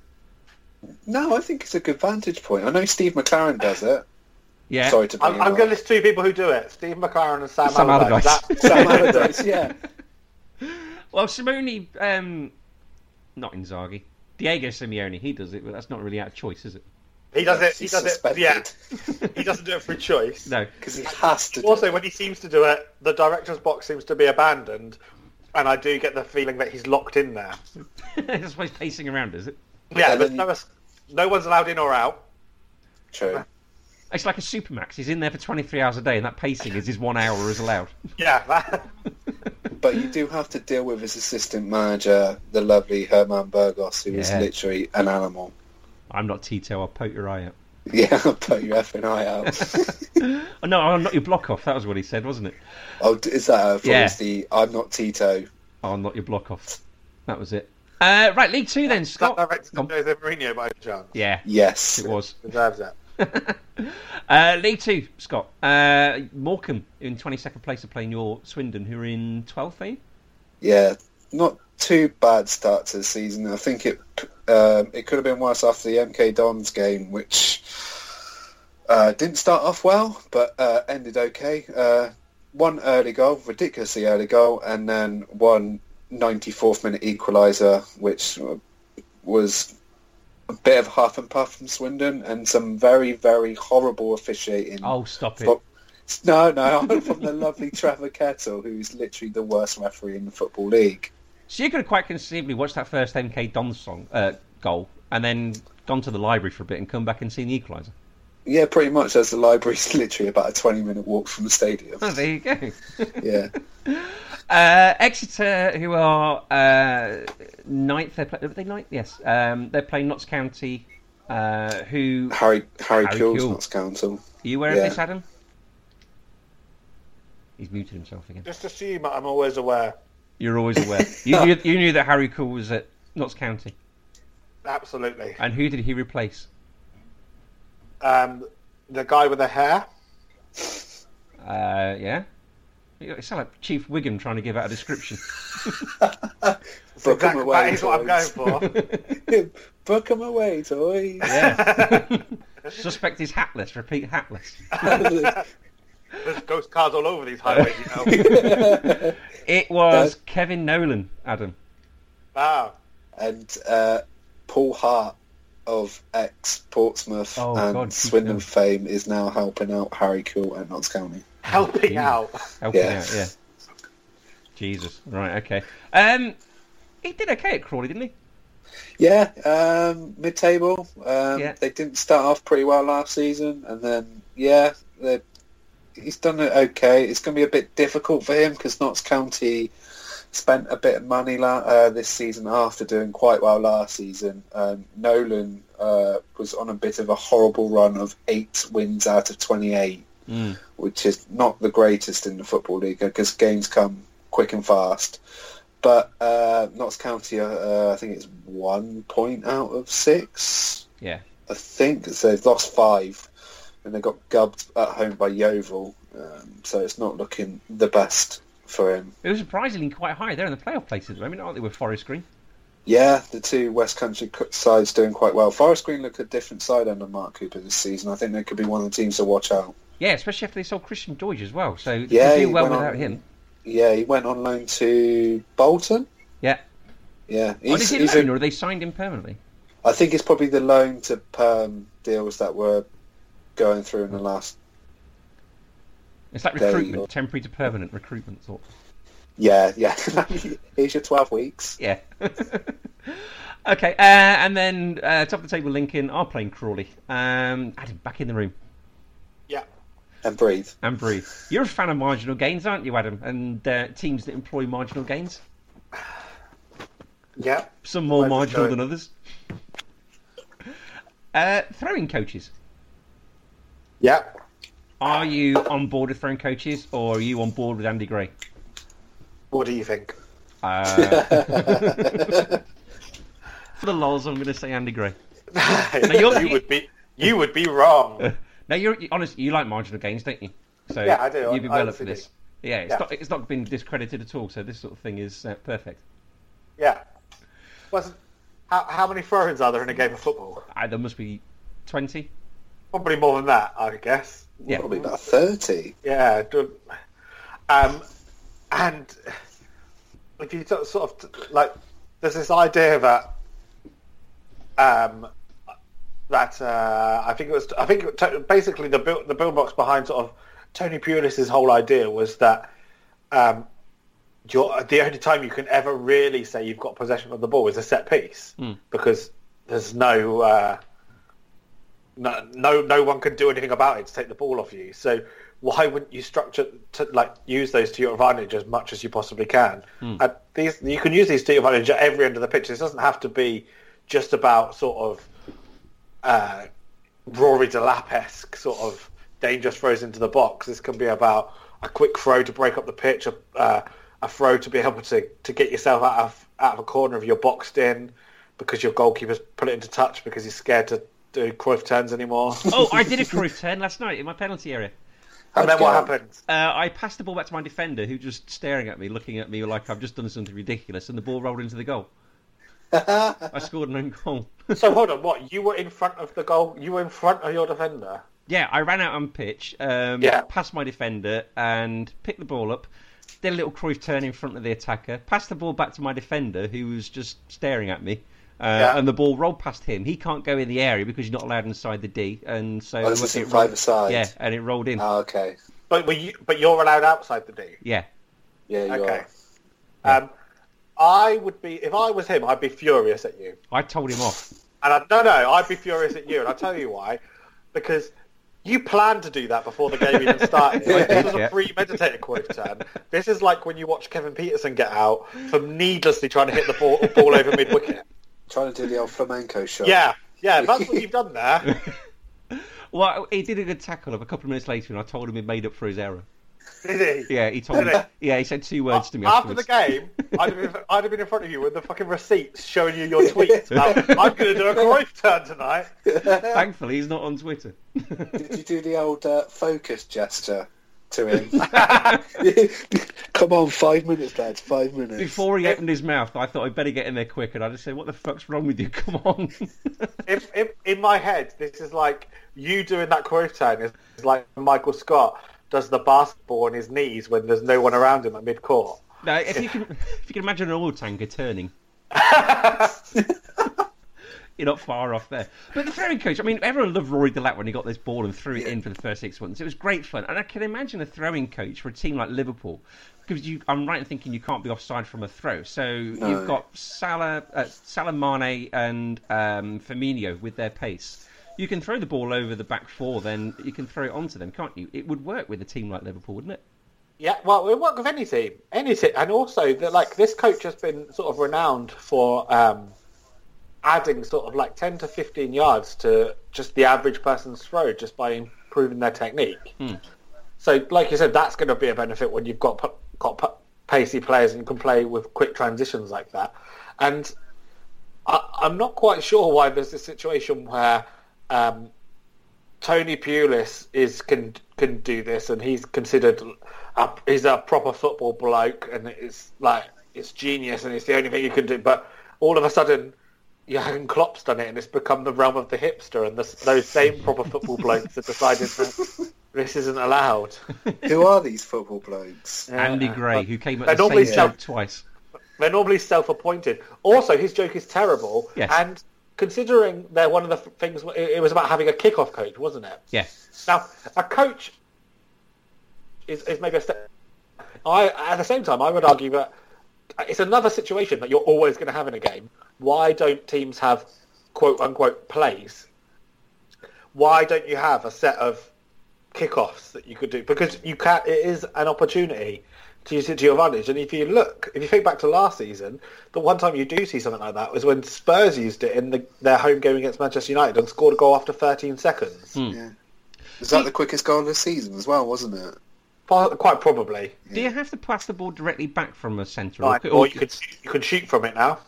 Speaker 3: (laughs) No, I think it's a good vantage point. I know Steve McLaren does it.
Speaker 1: Yeah.
Speaker 3: Sorry to bring
Speaker 2: I'm,
Speaker 3: him
Speaker 2: I'm
Speaker 3: up.
Speaker 2: going to list two people who do it: Steve McLaren and Sam,
Speaker 1: Sam Allardyce.
Speaker 2: Allardyce. That-
Speaker 3: (laughs) Sam (laughs) Allardyce, yeah.
Speaker 1: Well, Simone, um, not Inzaghi. Diego Simeone, he does it, but that's not really out of choice, is it?
Speaker 3: (laughs)
Speaker 2: He does it. He
Speaker 3: He's
Speaker 2: does it.
Speaker 3: suspended.
Speaker 2: Yeah, he doesn't do it from choice.
Speaker 1: No. (laughs)
Speaker 3: because he has to. Do
Speaker 2: Also,
Speaker 3: it.
Speaker 2: when he seems to do it, the director's box seems to be abandoned, and I do get the feeling that he's locked in there.
Speaker 1: That's why he's pacing around, is it?
Speaker 2: Yeah,
Speaker 3: then
Speaker 2: there's
Speaker 3: he-
Speaker 2: no, es- no one's allowed in or out.
Speaker 3: True.
Speaker 1: It's like a supermax. He's in there for 23 hours a day, and that pacing is his one hour is allowed.
Speaker 2: Yeah, (laughs) that,
Speaker 3: But you do have to deal with his assistant manager, the lovely Herman Burgos, who is
Speaker 1: Yeah.
Speaker 3: literally an animal. (laughs)
Speaker 1: I'm not Tito. I'll poke your eye out.
Speaker 3: Yeah, I'll put your effing
Speaker 1: (laughs)
Speaker 3: eye out.
Speaker 1: Oh, no, I'll knock your block off. That was what he said, wasn't it?
Speaker 3: oh, d- is that her?
Speaker 1: Yeah.
Speaker 3: Yeah. The I'm not Tito.
Speaker 1: I'll knock your block off. That was it. Uh, right, League Two then,
Speaker 2: that
Speaker 1: Scott.
Speaker 2: director
Speaker 1: Come-
Speaker 2: Jose Mourinho by any chance
Speaker 1: Yeah,
Speaker 3: Yes.
Speaker 1: it was.
Speaker 2: deserves it.
Speaker 1: Uh, League Two, Scott. Uh, Morecambe in 22nd place are playing your Swindon, who are in 12th, eh?
Speaker 3: Yeah, not too bad start to the season. I think it um, it could have been worse after the MK Dons game, which uh, didn't start off well, but uh, ended okay. Uh, one early goal, ridiculously early goal, and then one 94th minute equaliser, which was a bit of half and puff from Swindon, and some very, very horrible officiating.
Speaker 1: Oh, stop it.
Speaker 3: From- No, no, (laughs) I'm from the lovely Trevor Kettle, who's literally the worst referee in the Football League.
Speaker 1: So you could have quite conceivably watched that first MK Don song uh, goal and then gone to the library for a bit and come back and seen the equaliser.
Speaker 3: Yeah, pretty much, as the library's (laughs) literally about a 20-minute walk from the stadium.
Speaker 1: Oh, there you go.
Speaker 3: Yeah.
Speaker 1: Uh, Exeter, who are uh, ninth, they're play- are they ninth? Yes, um, they're playing Notts County. Uh, who are
Speaker 3: Harry Harry,
Speaker 1: Harry
Speaker 3: Kuehl's
Speaker 1: Kuehl.
Speaker 3: Notts Council.
Speaker 1: you aware
Speaker 3: Yeah.
Speaker 1: of this, Adam? He's muted himself again.
Speaker 2: Just assume I'm always aware.
Speaker 1: (laughs) You're always aware. (laughs) you, knew, you knew that Harry Cool was at Notts County,
Speaker 2: Absolutely.
Speaker 1: and who did he replace?
Speaker 2: Um, the guy with the hair.
Speaker 1: Uh, yeah, it sounds like Chief Wiggum trying to give out a description. (laughs)
Speaker 3: Book 'em
Speaker 2: Exactly.
Speaker 3: away,
Speaker 2: That is what I'm going
Speaker 3: toys.
Speaker 2: for.
Speaker 3: (laughs) Book 'em away, toys.
Speaker 1: Yeah. Suspect is hatless. Repeat
Speaker 3: (laughs)
Speaker 1: hatless.
Speaker 2: There's ghost cars all over these highways, you
Speaker 3: (laughs)
Speaker 2: know.
Speaker 1: It was
Speaker 3: Uh,
Speaker 1: Kevin Nolan, Adam.
Speaker 2: wow.
Speaker 3: and uh, Paul Hart of ex-Portsmouth
Speaker 1: Oh,
Speaker 3: and
Speaker 1: God, keep
Speaker 3: Swindon
Speaker 1: going.
Speaker 3: fame is now helping out Harry Kuehl at Notts County.
Speaker 2: Helping
Speaker 1: Jeez.
Speaker 2: out.
Speaker 1: Helping
Speaker 3: Yeah.
Speaker 1: out, yeah. Jesus. Right, okay. Um, he did okay at Crawley, didn't he?
Speaker 3: Yeah, um, mid-table. Um,
Speaker 1: Yeah.
Speaker 3: They didn't start off pretty well last season, and then yeah, they, he's done it okay. It's going to be a bit difficult for him because Notts County spent a bit of money la- uh, this season after doing quite well last season. Um, Nolan uh, was on a bit of a horrible run of eight wins out of twenty-eight, which is not the greatest in the football league because games come quick and fast. But uh, Notts County, are, uh, I think it's one point out of six.
Speaker 1: Yeah.
Speaker 3: I think so. They've lost five, and they got gubbed at home by Yeovil. Um, so it's not looking the best for him.
Speaker 1: It was surprisingly quite high. They're in the playoff places at the moment, aren't they, with Forest Green?
Speaker 3: Yeah, the two West Country c- sides doing quite well. Forest Green look a different side under Mark Cooper this season. I think they could be one of the teams to watch out.
Speaker 1: Yeah, especially after they sold Christian Doige as well. So
Speaker 3: Yeah,
Speaker 1: they
Speaker 3: he
Speaker 1: do well
Speaker 3: went
Speaker 1: without
Speaker 3: on-
Speaker 1: him.
Speaker 3: Yeah, he went on loan to Bolton.
Speaker 1: Yeah.
Speaker 3: Yeah,
Speaker 1: Oh, is
Speaker 3: he's,
Speaker 1: he
Speaker 3: he's
Speaker 1: loan
Speaker 3: a-
Speaker 1: or they signed him permanently?
Speaker 3: I think it's probably the loan to perm deals that were going through in the last.
Speaker 1: It's like
Speaker 3: They-
Speaker 1: recruitment, temporary to permanent recruitment sort.
Speaker 3: Yeah, yeah. (laughs) Here's your twelve weeks.
Speaker 1: Yeah. (laughs) okay, uh, and then uh, top of the table, Lincoln are playing Crawley. Um, Adam, back in the room
Speaker 2: Yeah.
Speaker 3: and breathe.
Speaker 1: and breathe. You're a fan of marginal gains, aren't you, Adam? And uh, teams that employ marginal gains,
Speaker 2: Yeah.
Speaker 1: some more
Speaker 2: I've
Speaker 1: marginal
Speaker 2: got-
Speaker 1: than others. Uh, throwing coaches.
Speaker 2: Yeah.
Speaker 1: Are you on board with throwing coaches, or are you on board with Andy
Speaker 2: (laughs)
Speaker 1: Gray?
Speaker 2: What do
Speaker 1: (laughs)
Speaker 2: you think? (laughs)
Speaker 1: Uh, for the lols, I'm going to say Andy Gray. you're-
Speaker 2: you would be you would be wrong.
Speaker 1: No, you're honestly you like marginal gains, don't you? So
Speaker 2: Yeah, I do.
Speaker 1: You'd be
Speaker 2: I- I
Speaker 1: well up for
Speaker 2: honestly do.
Speaker 1: this. Yeah, it's
Speaker 2: Yeah.
Speaker 1: not it's not been discredited at all. So this sort of thing is uh, perfect.
Speaker 2: Yeah. What's, how, how many throw-ins are there in a game of football?
Speaker 1: I, there must be twenty.
Speaker 2: Probably more than that, I guess.
Speaker 1: Yeah,
Speaker 3: Probably about thirty.
Speaker 2: Yeah. do- Um, and if you sort sort of like, there's this idea that um, that uh, I think it was. I think it, to- basically the bill, the boombox behind sort of Tony Pulis's whole idea was that um, you're, the only time you can ever really say you've got possession of the ball is a set piece because there's no, uh, no no no one can do anything about it to take the ball off you. So why wouldn't you structure to like use those to your advantage as much as you possibly can? And these you can use these to your advantage at every end of the pitch. This doesn't have to be just about sort of uh, Rory Delap-esque sort of dangerous throws into the box. This can be about a quick throw to break up the pitch, a, uh, a throw to be able to, to get yourself out of out of a corner if you're boxed in because your goalkeeper's put it into touch because he's scared to do Cruyff turns anymore. (laughs)
Speaker 1: Oh, I did a Cruyff turn last night in my penalty area.
Speaker 2: and then
Speaker 3: God.
Speaker 2: what happens?
Speaker 1: Uh, I passed the ball back to my defender, who just staring at me, looking at me like I've just done something ridiculous, and the ball rolled into the
Speaker 2: (laughs)
Speaker 1: goal. I scored an own goal. (laughs)
Speaker 2: So hold on, what? You were in front of the goal? You were in front of your defender?
Speaker 1: yeah, I ran out on pitch, um,
Speaker 2: Yeah.
Speaker 1: past my defender, and picked the ball up. Did a little Cruyff turn in front of the attacker, passed the ball back to my defender, who was just staring at me. Uh,
Speaker 2: Yeah.
Speaker 1: And the ball rolled past him. He can't go in the area because you're not allowed inside the D, and so
Speaker 3: Oh, is this
Speaker 1: it
Speaker 3: in
Speaker 1: rolled-
Speaker 3: five aside?
Speaker 1: Yeah, and it rolled in.
Speaker 3: Oh, okay.
Speaker 2: But were you, but you're allowed outside the D.
Speaker 1: yeah,
Speaker 3: Yeah, you
Speaker 2: Okay.
Speaker 3: are.
Speaker 2: Um, I would be if I was him. I'd be furious at you.
Speaker 1: I told him off.
Speaker 2: And I, no, no, I'd be furious at you, and I'll tell you why. Because you planned to do that before the game even started. Like, this was
Speaker 1: Yeah.
Speaker 2: a premeditated quote turn. This is like when you watch Kevin Peterson get out for needlessly trying to hit the ball, ball over mid-wicket.
Speaker 3: Trying to do the old flamenco shot.
Speaker 2: Yeah, yeah, that's what you've done there. (laughs)
Speaker 1: Well, he did a good tackle up a couple of minutes later, and I told him he'd made up for his error.
Speaker 2: Did he?
Speaker 1: Yeah, he told me.
Speaker 2: Really?
Speaker 1: Yeah, he said two words to me
Speaker 2: After
Speaker 1: afterwards.
Speaker 2: the game,
Speaker 1: (laughs)
Speaker 2: I'd have, been, I'd have been in front of you with the fucking receipts showing you your tweets. about, I'm going to do a Cruyff turn tonight.
Speaker 1: Thankfully, he's not on Twitter.
Speaker 3: Did you do the old uh, focus gesture to
Speaker 2: (laughs)
Speaker 3: him? (laughs) Come on, five minutes, lads. Five minutes.
Speaker 1: Before he opened his mouth, I thought I'd better get in there quick, and I just said, "What the fuck's wrong with you? (laughs) Come on!"
Speaker 2: if, if in my head, this is like you doing that Cruyff turn is, is like Michael Scott does the basketball on his knees when there's no one around him at mid-court.
Speaker 1: now, if you can, if you can imagine an oil tanker turning, you're not far off there. But the ferry coach, I mean, everyone loved Rory Delac when he got this ball and threw it in for the first six ones. It was great fun, and I can imagine a throwing coach for a team like Liverpool. Because you, I'm right in thinking you can't be offside from a throw. So you've got Salah, uh, Salah, Mane, and um, Firmino with their pace. You can throw the ball over the back four, then you can throw it onto them, can't you? It would work with a team like Liverpool, wouldn't it?
Speaker 2: Yeah, well, it work with any team, any team, and also that like this coach has been sort of renowned for um, adding sort of like ten to fifteen yards to just the average person's throw just by improving their technique. So, like you said, that's going to be a benefit when you've got pu- got pu- pacey players and can play with quick transitions like that. And I, I'm not quite sure why there's this situation where um, Tony Pulis is can can do this, and he's considered a, he's a proper football bloke, and it's like it's genius, and it's the only thing you can do. But all of a sudden, Jurgen Klopp's done it, and it's become the realm of the hipster, and the, those same proper football blokes have decided that this isn't allowed.
Speaker 3: Who are these football blokes?
Speaker 1: Andy
Speaker 2: Uh,
Speaker 1: Gray,
Speaker 2: but
Speaker 1: who came
Speaker 2: they
Speaker 1: at the same
Speaker 2: normally sell-
Speaker 1: joke twice.
Speaker 2: They're normally self-appointed. Also, his joke is terrible.
Speaker 1: Yes.
Speaker 2: And considering they're one of the f- things, it it was about having a kick-off coach, wasn't it?
Speaker 1: Yeah.
Speaker 2: Now, a coach is, is maybe a step. I at the same time, I would argue that it's another situation that you're always going to have in a game. Why don't teams have quote unquote plays? Why don't you have a set of kickoffs that you could do? Because you can. It is an opportunity to use it to your advantage. And if you look, if you think back to last season, the one time you do see something like that was when Spurs used it in the, their home game against Manchester United and scored a goal after 13 seconds.
Speaker 3: Yeah. Was that the quickest goal of the season as well, wasn't it?
Speaker 2: Po- Quite probably.
Speaker 1: Do you have to pass the ball directly back from a centre?
Speaker 2: Right,
Speaker 1: could-
Speaker 2: or you could you could shoot from it now.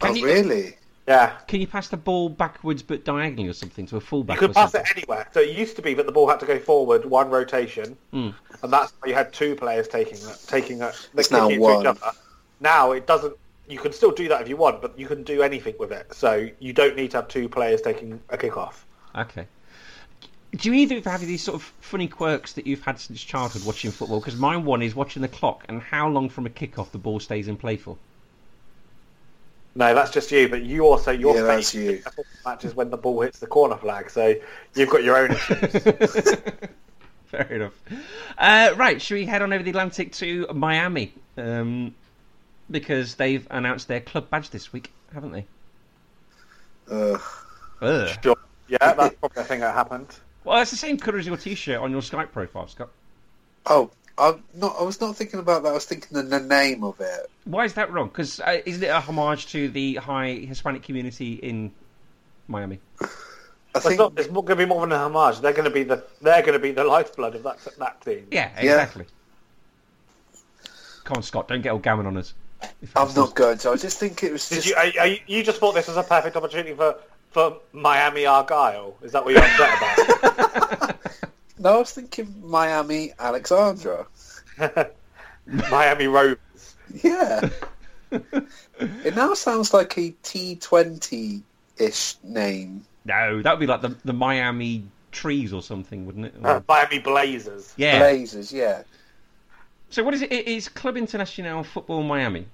Speaker 1: Can
Speaker 3: oh,
Speaker 1: you-
Speaker 3: really?
Speaker 2: Yeah,
Speaker 1: Can you pass the ball backwards but diagonally or something to a fullback?
Speaker 2: you could
Speaker 1: or
Speaker 2: pass
Speaker 1: something?
Speaker 2: it anywhere. So it used to be that the ball had to go forward one rotation, and that's why you had two players taking that taking that. they
Speaker 3: It's now
Speaker 2: kick it to
Speaker 3: one.
Speaker 2: Now it doesn't. You can still do that if you want, but you can do anything with it. So you don't need to have two players taking a kick off.
Speaker 1: Okay. Do you either of you have these sort of funny quirks that you've had since childhood watching football? Because my one is watching the clock and how long from a kick off the ball stays in play for.
Speaker 2: No, that's just you. But you also your
Speaker 3: Yeah, that's
Speaker 2: face
Speaker 3: you.
Speaker 2: matches when the ball hits the corner flag. So you've got your
Speaker 3: (laughs)
Speaker 2: own issues.
Speaker 1: (laughs) Fair enough. Uh, right, should we head on over the Atlantic to Miami? Um, because they've announced their club badge this week, haven't they?
Speaker 3: Ugh.
Speaker 1: Ugh.
Speaker 2: Sure. Yeah, that's probably a thing that happened.
Speaker 1: Well, that's the same colour as your T-shirt on your Skype profile, Scott.
Speaker 3: Oh, I'm not. I was not thinking about that. I was thinking the, the name of it.
Speaker 1: Why is that wrong? Because uh, isn't it a homage to the high Hispanic community in Miami?
Speaker 3: I
Speaker 2: But
Speaker 3: think
Speaker 2: it's, not, it's going to be more than a homage. They're going to be the they're going to be the lifeblood of that that team.
Speaker 1: Yeah, exactly. Come on, Scott, don't get all gammon on us. If
Speaker 3: I'm
Speaker 1: that's-
Speaker 3: not going to. I just think it was
Speaker 2: Did
Speaker 3: just.
Speaker 2: you, are, are you you just thought this was a perfect opportunity for for Miami Argyle? Is that what you're upset
Speaker 1: (laughs)
Speaker 2: about?
Speaker 3: No, I was thinking Miami Alexandra.
Speaker 2: Miami Rovers.
Speaker 3: Yeah. it now sounds like a T20 ish name.
Speaker 1: No, that would be like the the Miami trees or something, wouldn't it? Or-
Speaker 3: Ah,
Speaker 2: Uh, Miami Blazers.
Speaker 1: yeah.
Speaker 3: Blazers, yeah.
Speaker 1: So what is it? It is Club Internacional Football Miami,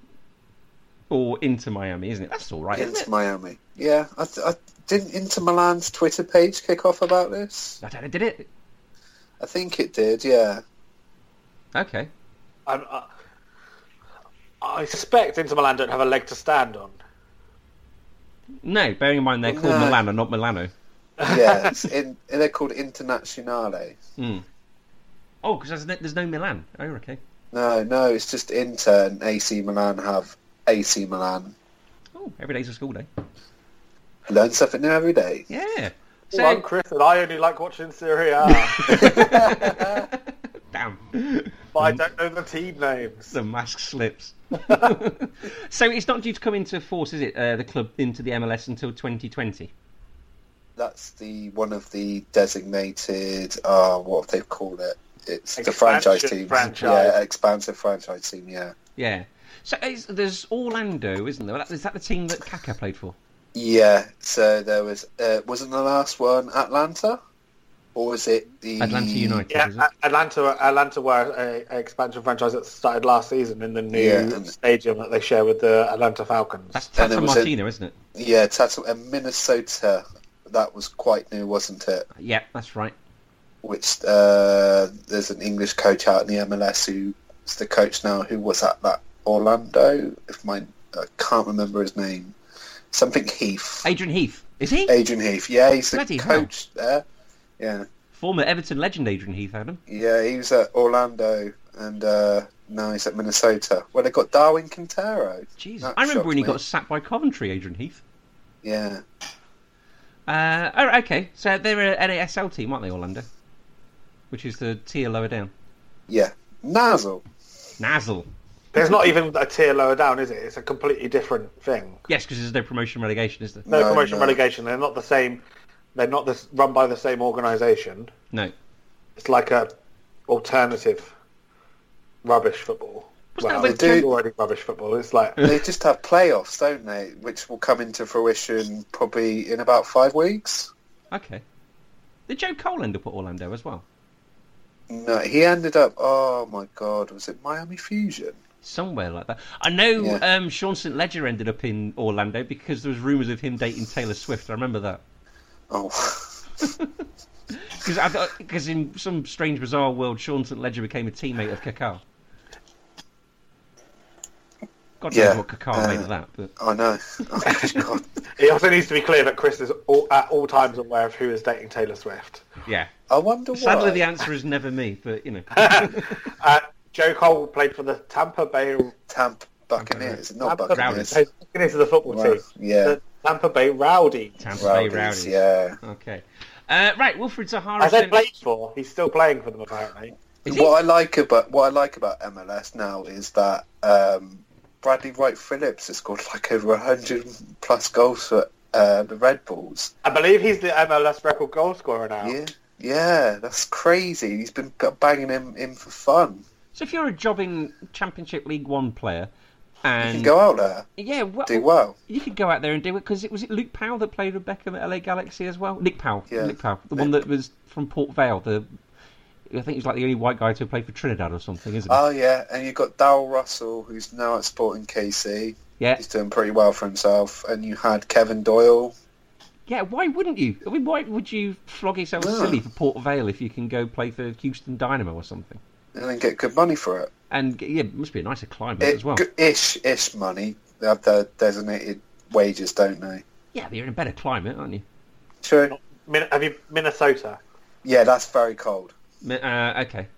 Speaker 1: or Inter Miami, isn't it? That's all right, isn't
Speaker 3: Into
Speaker 1: it?
Speaker 3: Miami. Yeah. I, th- I didn't Inter Milan's Twitter page kick off about this.
Speaker 1: I don't know. Did it?
Speaker 3: I think it did. Yeah.
Speaker 1: Okay.
Speaker 2: I'm, I, uh, I suspect Inter Milan don't have a leg to stand on.
Speaker 1: No, bearing in mind they're called
Speaker 3: No.
Speaker 1: Milano, not Milano. (laughs)
Speaker 3: Yeah. it's in, they're called Internazionale.
Speaker 1: Hmm. Oh, because there's, no- there's no Milan. Oh, okay.
Speaker 3: No, no. It's just Inter and AC Milan have AC Milan.
Speaker 1: Oh, every day's a school day.
Speaker 3: Learn something new every day.
Speaker 1: Yeah.
Speaker 2: So,
Speaker 1: So,
Speaker 2: Chris and I only like watching Serie A,
Speaker 1: damn,
Speaker 2: but I don't know the team names.
Speaker 1: the mask slips. (laughs) so it's not due to come into force, is it? Uh, the club into the MLS until 2020.
Speaker 3: That's the one of the designated. Uh, what have they called it? It's the
Speaker 2: Expansion
Speaker 3: franchise team.
Speaker 2: franchise.
Speaker 3: Yeah, expansive franchise team. Yeah.
Speaker 1: Yeah. So is, there's Orlando, isn't there? Is that the team that Kaká played for?
Speaker 3: Yeah. So there was. Uh, wasn't the last one Atlanta, or was it the
Speaker 1: Atlanta United.
Speaker 2: Yeah,
Speaker 1: is it?
Speaker 2: A- Atlanta. Atlanta were a, a expansion franchise that started last season in the new
Speaker 3: Yeah.
Speaker 2: stadium that they share with the Atlanta Falcons.
Speaker 1: That's
Speaker 3: And
Speaker 1: Tata
Speaker 3: it was a-
Speaker 1: Martino, isn't it?
Speaker 3: Yeah, Tatum and Minnesota. That was quite new, wasn't it?
Speaker 1: Yeah, that's right.
Speaker 3: Which uh, there's an English coach out in the MLS who's the coach now, who was at that Orlando. If my I can't remember his name, something Heath.
Speaker 1: Adrian Heath. Is he?
Speaker 3: Adrian Heath. Yeah, he's the
Speaker 1: Bloody
Speaker 3: coach there. Yeah,
Speaker 1: Former Everton legend Adrian Heath, Adam.
Speaker 3: yeah, he was at Orlando and uh, now he's at Minnesota. Where they got Darwin Quintero.
Speaker 1: Jeez.
Speaker 3: That
Speaker 1: I remember
Speaker 3: shocked
Speaker 1: when he
Speaker 3: me.
Speaker 1: got sacked by Coventry, Adrian Heath.
Speaker 3: Yeah,
Speaker 1: Uh, oh, okay. So they're an NASL team, aren't they, Orlando? Which is the tier lower down.
Speaker 3: yeah. Nazzle.
Speaker 1: Nazzle.
Speaker 2: There's not even a tier lower down, is it? It's a completely different thing.
Speaker 1: Yes, because there's no promotion relegation, is there?
Speaker 2: No,
Speaker 3: No,
Speaker 2: promotion
Speaker 3: no.
Speaker 2: relegation. They're not the same. They're not this, run by the same organisation.
Speaker 1: No.
Speaker 2: It's like a alternative rubbish football.
Speaker 1: Wasn't that
Speaker 2: Well,
Speaker 1: when
Speaker 2: it's
Speaker 3: Ken-
Speaker 2: already rubbish football. It's
Speaker 1: (laughs)
Speaker 2: like (laughs)
Speaker 3: They just have playoffs, don't they? Which will come into fruition probably in about five weeks.
Speaker 1: Okay. Did Joe Cole end up at Orlando as well?
Speaker 3: No, he ended up. Oh my God, was it Miami Fusion?
Speaker 1: Somewhere like that. I know
Speaker 3: Yeah.
Speaker 1: um, Sean St. Ledger ended up in Orlando because there was rumours of him dating Taylor Swift. I remember that.
Speaker 3: Oh, (laughs)
Speaker 1: Because because in some strange, bizarre world, Sean St. Ledger became a teammate of Kaká. God knows
Speaker 3: Yeah,
Speaker 1: what Kaká
Speaker 3: uh,
Speaker 1: made of that. But
Speaker 3: I know. Oh (laughs) God.
Speaker 2: it also needs to be clear that Chris is all, at all times aware of who is dating Taylor Swift.
Speaker 1: yeah,
Speaker 3: I wonder why.
Speaker 1: sadly the answer is never me. But you
Speaker 3: (laughs)
Speaker 1: know,
Speaker 2: Uh, Joe Cole played for the Tampa Bay
Speaker 3: Tampa Buccaneers, not
Speaker 2: Tampa
Speaker 3: Buccaneers.
Speaker 1: Rowdies.
Speaker 2: into the football
Speaker 3: Well,
Speaker 2: team.
Speaker 3: yeah.
Speaker 2: The Tampa Bay Rowdy.
Speaker 1: Tampa Bay
Speaker 3: Rowdies,
Speaker 1: Rowdies.
Speaker 3: Yeah.
Speaker 1: Okay, uh, right. Wilfred Sahara.
Speaker 2: As they played for, he's still playing for them apparently.
Speaker 1: Is he?
Speaker 3: What I like about what I like about MLS now is that um, Bradley Wright Phillips has scored like over hundred plus goals for uh, the Red Bulls.
Speaker 2: I believe he's the MLS record goal scorer now.
Speaker 3: Yeah, yeah, that's crazy. He's been b- banging him in for fun.
Speaker 1: So if you're a jobbing Championship League One player,
Speaker 3: You
Speaker 1: and
Speaker 3: can go out there,
Speaker 1: yeah, well,
Speaker 3: do well.
Speaker 1: you could go out there and do it because it was it Luke Powell that played with Beckham at LA Galaxy as well. Nick Powell,
Speaker 3: Yeah.
Speaker 1: Nick Powell, the one that was from Port Vale. The I think he's like the only white guy
Speaker 3: Uh,
Speaker 1: to play for Trinidad or something, isn't he?
Speaker 3: Oh yeah, and you've got Dal Russell, who's now at Sporting KC.
Speaker 1: Yeah,
Speaker 3: He's doing pretty well for himself. And you had Kevin Doyle.
Speaker 1: yeah. Why wouldn't you? I mean, why would you flog yourself
Speaker 3: Yeah.
Speaker 1: silly for Port Vale if you can go play for Houston Dynamo or something?
Speaker 3: And then get good money for it.
Speaker 1: And yeah, it must be a nicer climate
Speaker 3: it
Speaker 1: as well.
Speaker 3: g- ish, ish money. They have their designated wages, don't they?
Speaker 1: Yeah, but you're in a better climate, aren't you?
Speaker 3: True.
Speaker 2: Min- have you Minnesota?
Speaker 3: Yeah, that's very cold.
Speaker 1: Mi- Uh, okay.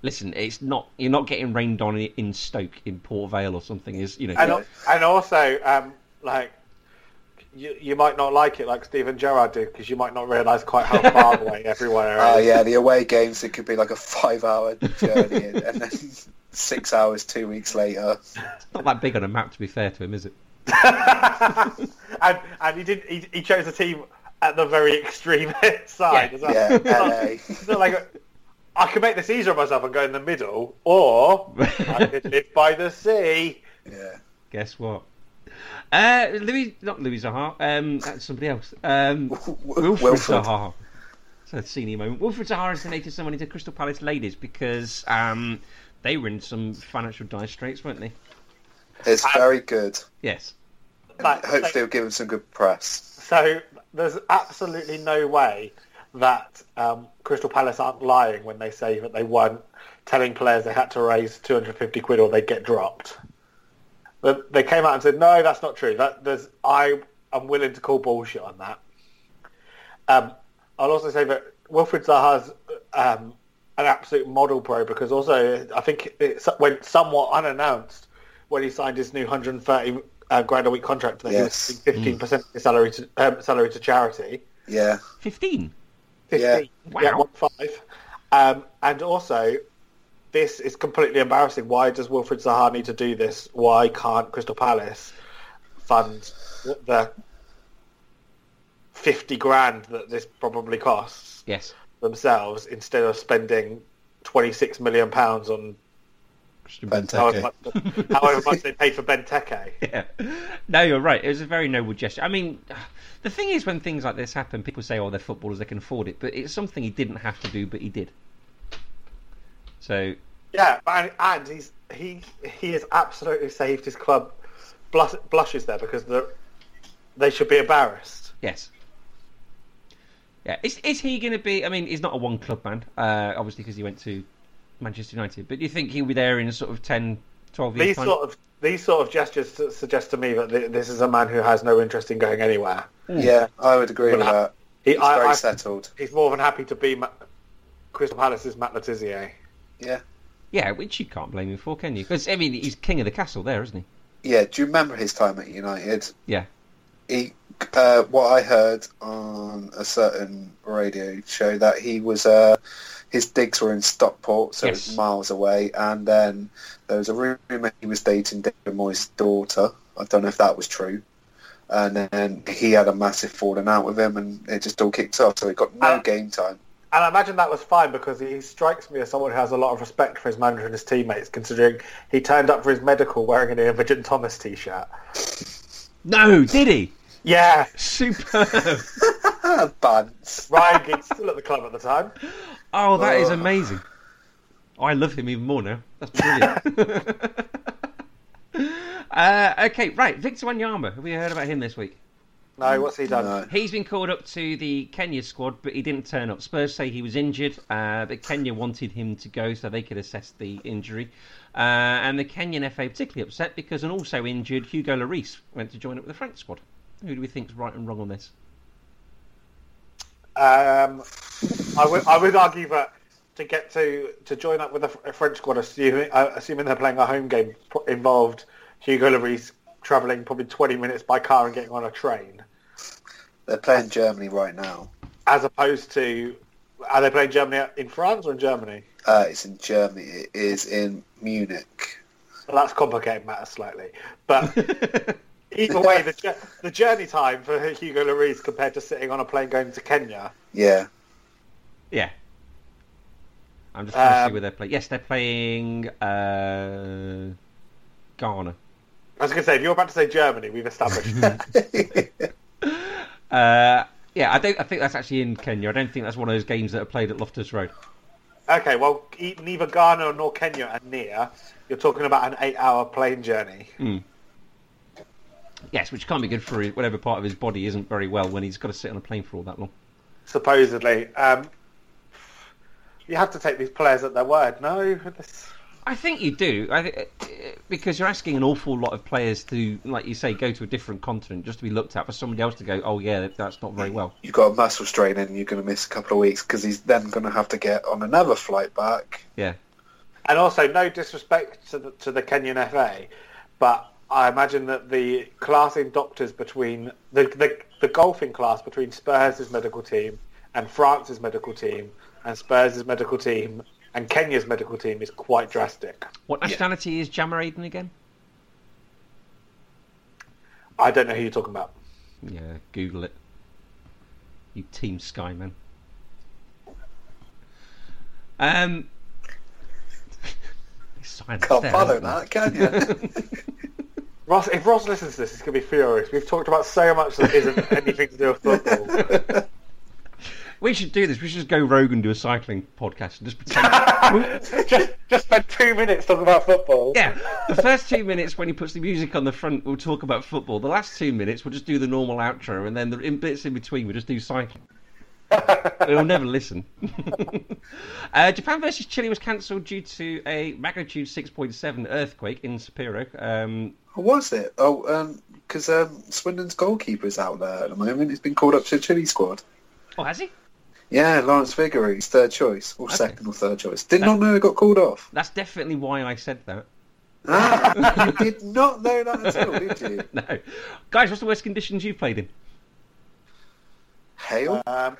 Speaker 1: Listen, it's not you're not getting rained on in, in Stoke in Port Vale or something. Is you know?
Speaker 2: And, al- and also, um, like, you, you might not like it like Stephen Gerrard did because you might not realise quite how
Speaker 3: (laughs)
Speaker 2: far away everywhere
Speaker 3: Oh
Speaker 2: is.
Speaker 3: yeah, the away games. It could be like a five-hour journey, and and then six hours two weeks later.
Speaker 1: It's not that big on a map, to be fair to him, is it?
Speaker 2: (laughs) and, and he did. He, he chose a team at the very (laughs) extreme side.
Speaker 1: Yeah,
Speaker 2: as (laughs) well.
Speaker 3: Yeah,
Speaker 2: It's not-
Speaker 3: LA.
Speaker 2: it's not like I could make this easier on myself and go in the middle, or I
Speaker 3: (laughs)
Speaker 2: could live by the sea.
Speaker 3: Yeah.
Speaker 1: Guess what? Uh, Louis, not Louis Zaha. Um, that's somebody else. Um, Wilfred,
Speaker 3: Wilfred.
Speaker 1: Zaha. It's a senior moment. Wilfred Zaha has donated some money to Crystal Palace ladies because um, they were in some financial dire straits, weren't they?
Speaker 2: Uh,
Speaker 3: It's very good.
Speaker 1: Yes.
Speaker 2: Like,
Speaker 3: Hopefully,
Speaker 2: like-
Speaker 3: it'll give him some good press.
Speaker 2: So there's absolutely no way that um, Crystal Palace aren't lying when they say that they weren't telling players they had to raise 250 quid or they'd get dropped. But They came out and said, no, that's not true. That, there's, I am willing to call bullshit on that. Um, I'll also say that Wilfred Zaha's um, an absolute model pro because also I think it s- went somewhat unannounced when he signed his new 130 uh, grand a week contract that
Speaker 3: Yes.
Speaker 2: he was giving 15% of his salary to, um, salary to charity.
Speaker 3: Yeah.
Speaker 1: 15.
Speaker 2: 15.
Speaker 1: Yeah.
Speaker 2: Yeah,
Speaker 1: Wow.
Speaker 2: one five. Um, and also, this is completely embarrassing. Why does Wilfred Zaha need to do this? Why can't Crystal Palace fund what the 50 grand that this probably costs
Speaker 1: Yes.
Speaker 2: themselves instead of spending 26 million pounds on
Speaker 1: Christian Benteke.
Speaker 3: Fantastic.
Speaker 2: however, much, however much they pay for Benteke?
Speaker 1: Yeah. (laughs) No, you're right. It was a very noble gesture. I mean, the thing is, when things like this happen, people say, "Oh, they're footballers; they can afford it." But it's something he didn't have to do, but he did. So
Speaker 2: Yeah, and, and he's he he has absolutely saved his club blush, blushes there because the, they should be embarrassed.
Speaker 1: Yes. Yeah. Is is he going to be? I mean, he's not a one club man, uh, obviously, because he went to Manchester United. But do you think he'll be there in sort of 10, 12 years?
Speaker 2: These
Speaker 1: time?
Speaker 2: sort of these sort of gestures su- suggest to me that th- this is a man who has no interest in going anywhere.
Speaker 3: Yeah, I would agree with
Speaker 2: Well, I-
Speaker 3: that.
Speaker 2: He,
Speaker 3: He's very
Speaker 2: I, I,
Speaker 3: settled.
Speaker 2: he's more than happy to be Ma- Crystal Palace's Matt Letizia.
Speaker 3: Yeah.
Speaker 1: Yeah, which you can't blame him for, can you? Because I mean, he's king of the castle there, isn't he?
Speaker 3: Yeah. Do you remember his time at United?
Speaker 1: Yeah.
Speaker 3: he, uh, what I heard on a certain radio show that he was uh, his digs were in Stockport, so it
Speaker 1: Yes.
Speaker 3: was miles away, and then there was a rumor he was dating David Moyes' daughter. I don't know if that was true. And then he had a massive falling out with him, and it just all kicked off. So he got no
Speaker 2: Uh,
Speaker 3: game time.
Speaker 2: And I imagine that was fine because he strikes me as someone who has a lot of respect for his manager and his teammates, considering he turned up for his medical wearing an Imogen Thomas t-shirt.
Speaker 1: No, did he?
Speaker 2: Yeah,
Speaker 1: Superb.
Speaker 3: Bants.
Speaker 2: Ryan Giggs still at the club at the time.
Speaker 1: Oh, that is amazing. Oh, I love him even more now. That's brilliant. uh, okay, right. Victor Wanyama. Have we heard about him this week?
Speaker 2: No, what's he done?
Speaker 3: No.
Speaker 1: He's been called up to the Kenya squad, but he didn't turn up. Spurs say he was injured, uh, but Kenya wanted him to go so they could assess the injury. Uh, and the Kenyan FA particularly upset because an also injured Hugo Lloris went to join up with the French squad. Who do we think's right and wrong on this?
Speaker 2: Um, I would I would argue that to get to to join up with a, Fr- a French squad, assuming uh, assuming they're playing a home game, pro- involved Hugo Lloris travelling probably 20 minutes by car and getting on a train,
Speaker 3: They're playing Germany right now.
Speaker 2: as opposed to are they playing Germany in France or in Germany?
Speaker 3: Uh, it's in Germany. It is in Munich.
Speaker 2: Well, that's complicated matters slightly, but
Speaker 1: (laughs)
Speaker 2: either way, the jour- the journey time for Hugo Lloris compared to sitting on a plane going to Kenya.
Speaker 3: Yeah. (laughs)
Speaker 1: yeah. I'm just trying to see
Speaker 2: Um,
Speaker 1: where they're playing. Yes, they're playing uh, Ghana.
Speaker 2: I was going to say, if you're about to say Germany, we've established.
Speaker 1: Uh, yeah, I don't. I think that's actually in Kenya. I don't think that's one of those games that are played at Loftus Road.
Speaker 2: Okay, well, e- neither Ghana nor Kenya are near. You're talking about an eight-hour plane journey.
Speaker 1: Yes, which can't be good for his, whatever part of his body isn't very well when he's got to sit on a plane for all that long.
Speaker 2: supposedly. Um, you have to take these players at their word, no? This-
Speaker 1: I think you do, I th- eh, because you're asking an awful lot of players to, like you say, go to a different continent just to be looked at for somebody else to go. Oh yeah, that's not very well.
Speaker 3: You've got a muscle strain and you're going to miss a couple of weeks because he's then going to have to get on another flight back.
Speaker 1: Yeah,
Speaker 2: And also, no disrespect to the, to the Kenyan FA, but I imagine that the classing doctors between the, the the golfing class between Spurs' medical team and France's medical team and Spurs' medical team and Kenya's medical team is quite drastic.
Speaker 1: what nationality is Jammer Aiden again?
Speaker 2: I don't know who you're talking about.
Speaker 1: Yeah, Google it. You Team Sky man. Um, silence
Speaker 3: Can't
Speaker 1: there,
Speaker 3: follow
Speaker 1: isn't there?
Speaker 3: that, can you?
Speaker 2: Ross, if Ross listens to this, he's going to be furious. We've talked about so much that isn't anything to do with football.
Speaker 1: We should do this. We should just go rogue and do a cycling podcast and just pretend.
Speaker 3: (laughs)
Speaker 2: just, just spend two minutes talking about football.
Speaker 1: yeah, the first two minutes when he puts the music on the front, we'll talk about football. The last two minutes, we'll just do the normal outro, and then the in bits in between, we'll just do cycling. They'll never listen. (laughs) uh, Japan versus Chile was cancelled due to a magnitude 6.7 earthquake in Sapiro. Um,
Speaker 3: What was it? Oh, because um, Swindon's goalkeeper's out there at the moment. He's been called up to the Chile squad.
Speaker 1: oh, has he?
Speaker 3: Yeah, Lawrence Vigory, he's third choice, or second or third choice. Did not know he got called off.
Speaker 1: That's definitely why I said that.
Speaker 3: Ah, you did not know that at all, did you?
Speaker 1: (laughs) No, guys, what's the worst conditions you've played in?
Speaker 3: Hail?
Speaker 2: Um,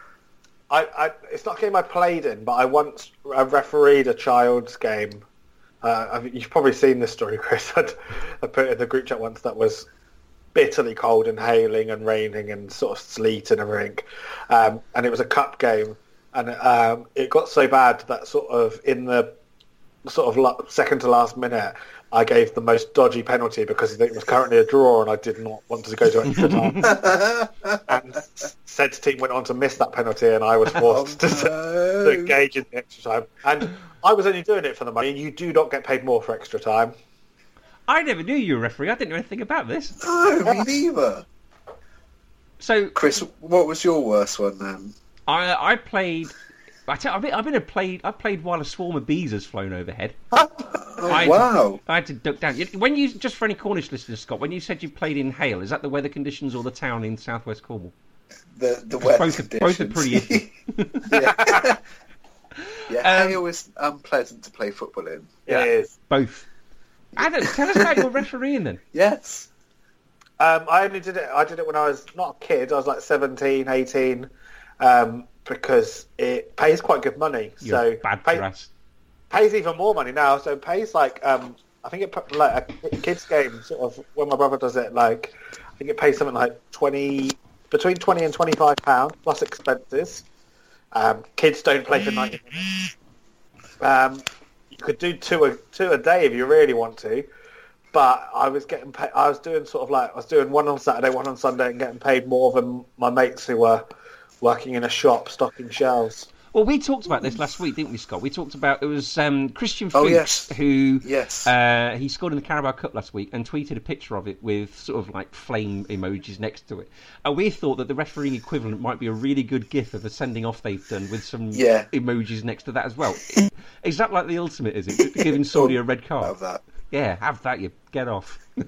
Speaker 2: I, I, it's not a game I played in, but I once uh, refereed a child's game. Uh, I've, you've probably seen this story, (laughs) Chris. I'd, I put it in the group chat once that was bitterly cold and hailing and raining and sort of sleet and everything. Um, and it was a cup game. And um, it got so bad that sort of in the sort of la- second to last minute, I gave the most dodgy penalty because it was currently a draw and I did not want to go to extra time. and said team went on to miss that penalty and I was
Speaker 3: Oh,
Speaker 2: forced to, (laughs)
Speaker 3: no.
Speaker 2: to engage in the extra time.
Speaker 1: (sighs)
Speaker 2: And I was only doing it for the money. You do not get paid more for extra time.
Speaker 1: I never knew you were a referee. I didn't know anything about this.
Speaker 3: No, me neither.
Speaker 1: So
Speaker 3: Chris, what was your worst one then?
Speaker 1: I I played. I tell, I've been, I've been a played. I've played while a swarm of bees has flown overhead.
Speaker 3: Oh,
Speaker 1: I-
Speaker 3: wow.
Speaker 1: I had to duck down. You- When you just for any Cornish listeners, Scott, when you said you played in Hale, is that the weather conditions or the town in southwest Cornwall?
Speaker 3: The, the weather
Speaker 1: both are- both are
Speaker 3: conditions. (laughs)
Speaker 1: pretty (laughs)
Speaker 3: yeah, yeah
Speaker 1: Um,
Speaker 3: hail is unpleasant to play football in.
Speaker 1: Yeah.
Speaker 2: It is.
Speaker 1: Both. Adam, tell us about your refereeing then.
Speaker 3: Yes.
Speaker 2: Um, I only did it. I did it when I was not a kid. I was like 17, 18, um, because it pays quite good money.
Speaker 1: You're
Speaker 2: so
Speaker 1: bad
Speaker 2: pay-
Speaker 1: for us.
Speaker 2: pays even more money now. So it pays like um, I think it put like a kids game sort of when my brother does it. Like I think it pays something like twenty between twenty and twenty five pounds plus expenses. Um, kids don't play for ninety minutes. Um, you could do two a two a day if you really want to. But I was getting paid. I was doing sort of like I was doing one on Saturday, one on Sunday, and getting paid more than my mates who were working in a shop stocking shelves.
Speaker 1: Well, we talked about this last week, didn't we, Scott? We talked about it was um, Christian Fuchs
Speaker 3: Oh, yes.
Speaker 1: who
Speaker 3: Yes.
Speaker 1: uh, he scored in the Carabao Cup last week and tweeted a picture of it with sort of like flame emojis next to it. And we thought that the refereeing equivalent might be a really good gif of the sending off they've done with some
Speaker 3: Yeah.
Speaker 1: emojis next to that as well. (laughs) is that like the ultimate? Is it giving somebody a red card?
Speaker 3: Oh, Have that.
Speaker 1: Yeah, have that. You get off. (laughs)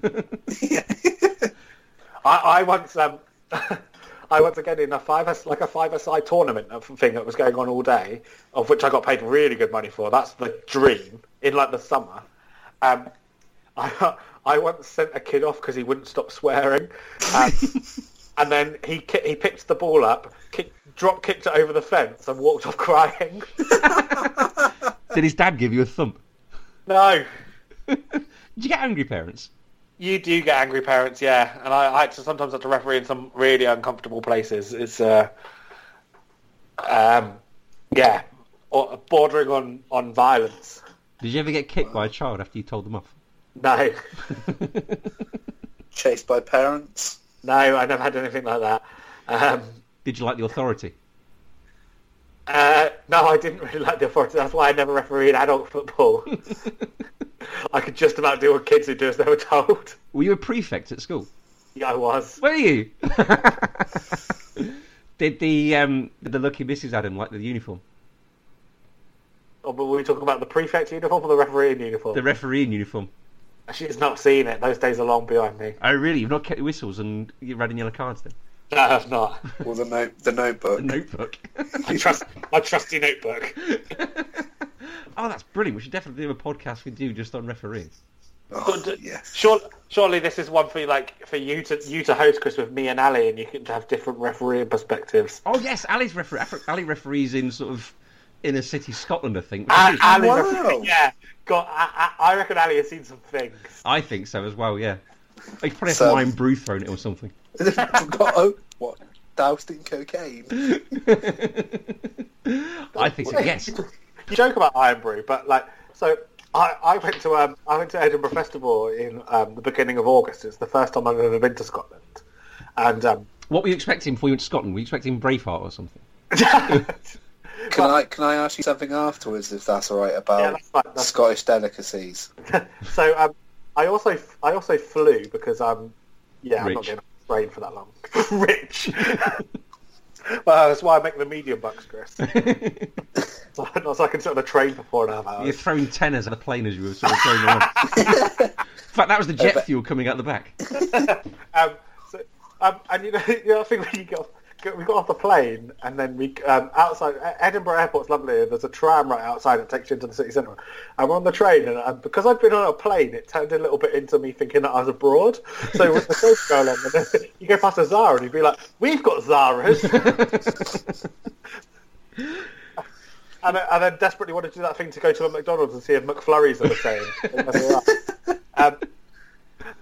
Speaker 2: I, I once um, (laughs) I once again in a five like a five side tournament uh, thing that was going on all day, of which I got paid really good money for. That's the dream in like the summer. Um, (laughs) I I once sent a kid off because he wouldn't stop swearing, um, and then he ki- he picked the ball up, kick, drop kicked it over the fence, and walked off (laughs) crying.
Speaker 1: Did his dad give you a thump?
Speaker 2: no.
Speaker 1: Did you get angry parents?
Speaker 2: You do get angry parents, yeah, and I, I had to- sometimes have to referee in some really uncomfortable places. It's, uh, um, yeah, or, bordering on, on violence.
Speaker 1: Did you ever get kicked by a child after you told them off? (laughs)
Speaker 2: No,
Speaker 3: Chased by parents.
Speaker 2: no, I never had anything like that. Um,
Speaker 1: Did you like the authority?
Speaker 2: uh, no, I didn't really like the authority. That's why I never refereed adult football. I could just about deal with kids who do as they were told.
Speaker 1: (laughs) Were you a prefect at school?
Speaker 2: Yeah, I was.
Speaker 1: Were you? (laughs) did the um, did the lucky Mrs. Adam like the uniform?
Speaker 2: Oh, but were we talking about the prefect uniform or the referee uniform?
Speaker 1: The referee in uniform.
Speaker 2: She's not seen it. Those days are long behind me.
Speaker 1: Oh, really? You've not kept your whistles and your red and yellow cards then?
Speaker 2: No, I've not.
Speaker 3: Or the note, the notebook.
Speaker 1: A notebook. (laughs)
Speaker 2: I trust my trusty notebook.
Speaker 1: oh, that's brilliant. We should definitely do a podcast with you just on referees.
Speaker 3: Oh,
Speaker 2: But, uh,
Speaker 3: yes. (laughs)
Speaker 2: Surely, surely this is one for you, like for you to you to host Chris with me and Ali, and you can have different refereeing perspectives.
Speaker 1: Oh yes, Ali's referee. Ali referees in sort of inner city Scotland, I think. which
Speaker 2: And
Speaker 1: is-
Speaker 2: Ali,
Speaker 3: Wow.
Speaker 2: referee- yeah, God, I, I, I reckon Ali has seen some things.
Speaker 1: I think so as well. Yeah, he probably had
Speaker 3: So-
Speaker 1: lime brew thrown at him or something. (laughs)
Speaker 3: Forgot, oh, what? Doused in cocaine.
Speaker 1: I think so. Yes.
Speaker 2: You joke about Iron Brew, but like, so I, I went to um, I went to Edinburgh Festival in um, the beginning of August. It's the first time I've ever been to Scotland, and um,
Speaker 1: What were you expecting before you went to Scotland? Were you expecting Braveheart or (laughs) something?
Speaker 2: um, (laughs)
Speaker 3: Can I can I ask you something afterwards if that's all right about
Speaker 2: Yeah, that's fine, that's
Speaker 3: Scottish delicacies?
Speaker 2: so um, I also I also flew because um, yeah, I'm not
Speaker 1: Rich.
Speaker 2: getting a plane for that long. (laughs) Rich. (laughs) well, that's why I make the medium bucks, Chris. (laughs) so, so I can sit on a train for four and a half
Speaker 1: You're
Speaker 2: hours.
Speaker 1: throwing tenors at the plane as you were sort of going along. (laughs) In fact, that was the jet
Speaker 3: but-
Speaker 1: fuel coming out the back.
Speaker 2: Um, so, um, and you know, (laughs) you know, I think when you got we got off the plane and then we um, outside Edinburgh Airport's lovely. and There's a tram right outside that takes you into the city centre. And we're on the train, and, and because I'd been on a plane, it turned a little bit into me thinking that I was abroad. So with the first (laughs) go along, and then you go past a Zara, and you'd be like, "We've got Zaras." (laughs) And I, and I desperately wanted to do that thing to go to a McDonald's and see if McFlurries are the
Speaker 3: (laughs)
Speaker 2: same. um,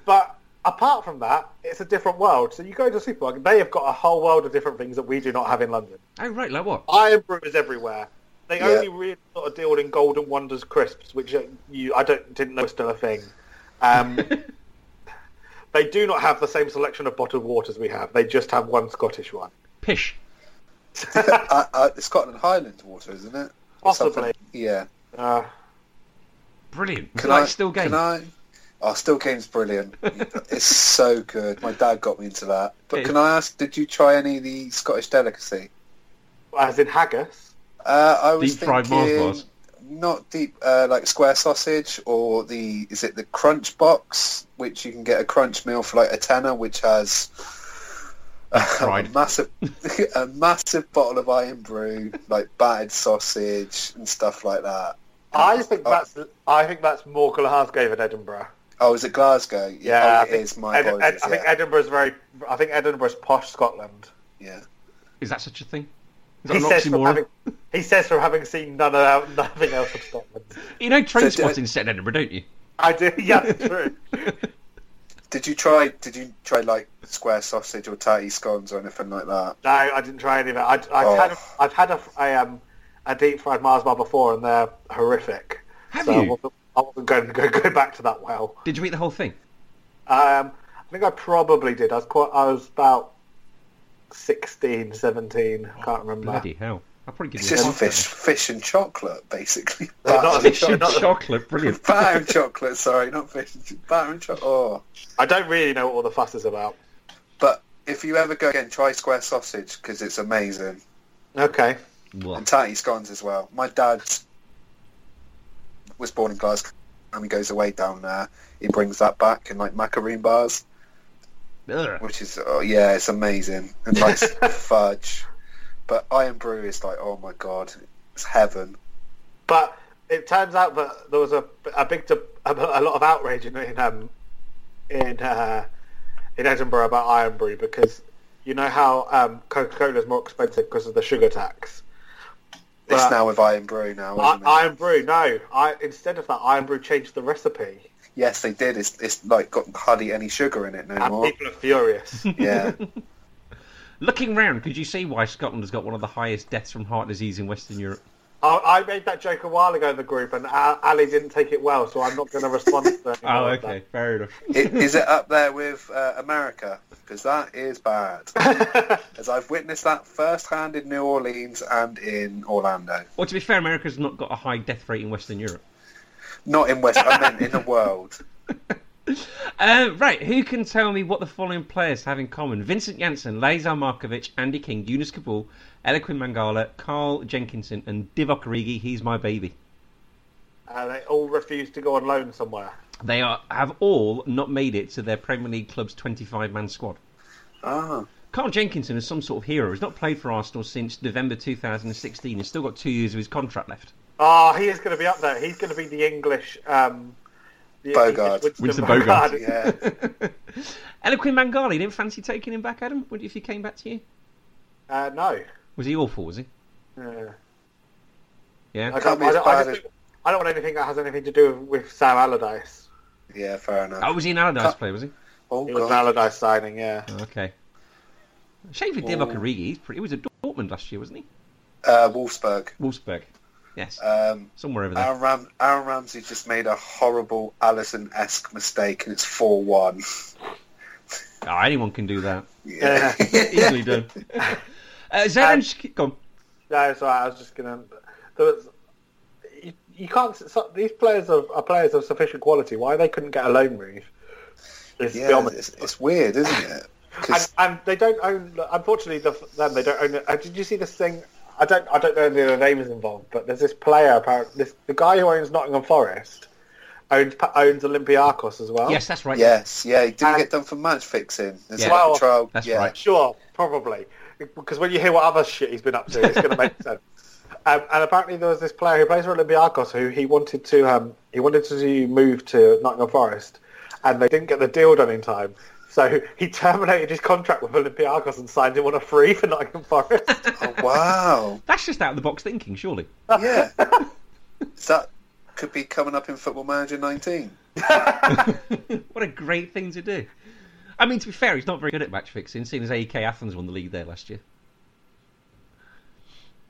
Speaker 2: but apart from that, it's a different world. So you go to a supermarket, they have got a whole world of different things that we do not have in London.
Speaker 1: (laughs) Oh right, like what?
Speaker 2: Iron brewers everywhere. They
Speaker 3: Yeah.
Speaker 2: only really sort of deal in Golden Wonders crisps, which uh, you I don't didn't know was still a thing.
Speaker 3: (laughs)
Speaker 2: Um, they do not have the same selection of bottled waters we have. They just have one Scottish one.
Speaker 1: Pish.
Speaker 3: uh, uh, it's Scotland Highlands water, isn't it? Or something.
Speaker 2: Possibly.
Speaker 3: Yeah.
Speaker 2: Uh,
Speaker 1: Brilliant. like still game.
Speaker 3: Can I? Oh, still game's brilliant. (laughs) it's so good. My dad got me into that. But
Speaker 1: It-
Speaker 3: can I ask? Did you try any of the Scottish delicacy?
Speaker 2: as in haggis.
Speaker 3: Uh, I was
Speaker 1: Deep fried Mars
Speaker 3: thinking
Speaker 1: bars.
Speaker 3: not deep, uh, like square sausage, or the is it the crunch box, which you can get a crunch meal for like a tenner, which has (laughs) a
Speaker 1: Fried.
Speaker 3: massive, (laughs) a massive bottle of iron brew, like battered sausage and stuff like that.
Speaker 2: I think that's I think that's more Glasgow than Edinburgh.
Speaker 3: Oh, is it Glasgow?
Speaker 2: Yeah, I
Speaker 3: oh, it
Speaker 2: think
Speaker 3: is. My
Speaker 2: Ed- Ed-
Speaker 3: apologies.
Speaker 2: I think
Speaker 3: yeah.
Speaker 2: Edinburgh's very. I think Edinburgh's posh Scotland.
Speaker 3: yeah.
Speaker 1: Is that such a thing? Is
Speaker 2: He
Speaker 1: that an
Speaker 2: says, from
Speaker 1: oxymoron?
Speaker 2: having, he says from having seen none of nothing else of Scotland.
Speaker 1: You know train
Speaker 3: So do I-
Speaker 1: spotting set in Edinburgh, don't
Speaker 2: (laughs)
Speaker 1: you?
Speaker 2: I do. Yeah, that's true.
Speaker 3: Did you try? Did you try like square sausage or tarty scones or anything like that?
Speaker 2: no, I didn't try any of that. I'd, I've
Speaker 3: Oh.
Speaker 2: had a, I've had a, a, um, a deep fried Mars bar before, and they're horrific.
Speaker 1: Have
Speaker 2: so I
Speaker 1: you?
Speaker 2: wasn't, I wasn't going to go, (laughs) go back to that well.
Speaker 1: Did you eat the whole thing?
Speaker 2: Um, I think I probably did. I was quite. I was about 16, 17. I can't remember.
Speaker 1: Bloody hell! I'll probably give
Speaker 3: It's
Speaker 1: you
Speaker 3: just
Speaker 1: half that.
Speaker 3: fish, fish and chocolate, basically.
Speaker 2: (laughs) They're
Speaker 3: (laughs)
Speaker 2: not
Speaker 3: Batter and
Speaker 2: fish
Speaker 1: Fish and
Speaker 3: chocolate.
Speaker 1: chocolate, brilliant.
Speaker 2: (laughs)
Speaker 3: Batter and chocolate. Sorry, not fish. and ch- Batter and chocolate. Oh.
Speaker 2: I don't really know what all the fuss is about.
Speaker 3: But if you ever go again, try square sausage because it's amazing.
Speaker 2: Okay.
Speaker 1: Blah.
Speaker 3: And tatty scones as well. My dad was born in Glasgow and he goes away down there. He brings that back in like macaroon bars,
Speaker 1: Ugh.
Speaker 3: which is, oh yeah, it's amazing.
Speaker 2: (laughs)
Speaker 3: And like fudge. But Iron Brew is like, oh my god, it's heaven.
Speaker 2: But it turns out that there was a, a big de- a, a lot of outrage in in um, in, uh, in Edinburgh about Iron Brew because you know how um, Coca Cola is more expensive because of the sugar tax.
Speaker 3: It's
Speaker 2: But-
Speaker 3: now with Iron Brew
Speaker 1: Oh,
Speaker 3: now,
Speaker 2: I,
Speaker 3: isn't it?
Speaker 2: Iron Brew, no. I instead of that, Iron Brew changed the recipe,
Speaker 3: Yes, they did. It's, it's like got hardly any sugar in it no
Speaker 2: and
Speaker 3: more.
Speaker 2: people
Speaker 1: (laughs)
Speaker 2: are furious. (laughs)
Speaker 3: Yeah.
Speaker 1: Looking round, could you see why Scotland has got one of the highest deaths from heart disease in Western Europe?
Speaker 2: I, I made that joke a while ago in the group, and Al- Ali didn't take it well, so I'm not going to respond. to
Speaker 1: (laughs)
Speaker 2: any
Speaker 1: Oh,
Speaker 2: more of
Speaker 1: okay, fair enough.
Speaker 3: I- is it up there with uh, America? Because that
Speaker 2: (laughs)
Speaker 3: is bad. As I've witnessed that firsthand in New Orleans and in Orlando.
Speaker 1: Well, to be fair, America's not got a high death rate in Western Europe.
Speaker 2: (laughs)
Speaker 3: Not in West, I meant in the world.
Speaker 1: Uh, right, who can tell me what the following players have in common? Vincent Janssen, Lazar Markovic, Andy King, Eunice Kabul, Eloquin Mangala, Carl Jenkinson, and Divock Origi. He's my baby.
Speaker 2: And uh, they all refuse to go on loan somewhere.
Speaker 1: They are have all not made it to their Premier League club's 25-man squad.
Speaker 3: Ah,
Speaker 1: Carl Jenkinson is some sort of hero. He's not played for Arsenal since November 2016. He's still got two years of his contract left. (laughs)
Speaker 2: Ah, he is going to be up there. He's going to be the English. Um, the
Speaker 3: Bogart.
Speaker 2: English
Speaker 1: Winston
Speaker 2: (laughs)
Speaker 1: Bogart.
Speaker 3: yeah.
Speaker 1: Eloquin Mangala, you didn't fancy taking him back, Adam? Would if he came back to you?
Speaker 2: Uh, no.
Speaker 1: Was he awful? Was he?
Speaker 2: Yeah.
Speaker 1: Yeah.
Speaker 2: I,
Speaker 3: Can't
Speaker 2: can't,
Speaker 3: be
Speaker 2: I, don't, I, just
Speaker 3: as bad
Speaker 2: don't- I don't want anything that has anything to do with Sam Allardyce.
Speaker 3: yeah, fair enough.
Speaker 1: Oh, was he an Allardyce player? Was he?
Speaker 3: Oh,
Speaker 2: It was an
Speaker 3: God.
Speaker 2: Allardyce signing, yeah.
Speaker 1: Oh, okay. Shame for Divock
Speaker 3: Oh.
Speaker 1: Origi. He's pretty, he was at Dortmund last year, wasn't he?
Speaker 3: Uh, Wolfsburg.
Speaker 1: Wolfsburg. Yes,
Speaker 3: Um,
Speaker 1: somewhere over there.
Speaker 3: Aaron, Ram- Aaron Ramsey just made a horrible Allison-esque mistake, and it's four-one.
Speaker 1: (laughs) Ah, anyone can do that.
Speaker 3: (laughs) Yeah.
Speaker 1: Easily
Speaker 3: (laughs)
Speaker 1: done. uh, Zelensky, go on.
Speaker 2: (laughs) No, it's all right. I was just going to... There was, you, you can't... So, these players are, are players of sufficient quality. Why they couldn't get a loan move is
Speaker 3: yeah,
Speaker 2: beyond me.
Speaker 3: it's, it's weird, isn't it? 'Cause-
Speaker 2: and, and they don't own. Unfortunately, the, them they don't own. it. Uh, did you see this thing? I don't. I don't know if the other name is involved, but there's this player. Apparently, this, the guy who owns Nottingham Forest owns owns Olympiakos as well.
Speaker 1: Yes, that's right.
Speaker 3: yes, Oh, yeah, he didn't
Speaker 2: And-
Speaker 3: get done for match fixing. There's
Speaker 1: Yeah.
Speaker 3: like
Speaker 2: Well,
Speaker 3: a trial.
Speaker 1: that's
Speaker 3: yeah.
Speaker 1: right.
Speaker 2: Sure, probably. Because when you hear what other shit he's been up to, it's going
Speaker 1: (laughs)
Speaker 2: to make sense. Um, and apparently there was this player who plays for Olympiacos who he wanted to um, he wanted to move to Nottingham Forest, and they didn't get the deal done in time. So he (laughs) terminated his contract with Olympiacos and signed him on a free for Nottingham Forest.
Speaker 3: Oh,
Speaker 1: (laughs)
Speaker 3: wow.
Speaker 1: That's just out of the box thinking, surely. (laughs)
Speaker 3: Yeah. Is that could be coming up in Football Manager 19.
Speaker 1: What a great thing to do. I mean, to be fair, he's not very good at match fixing, seeing as AEK Athens won the league there last year.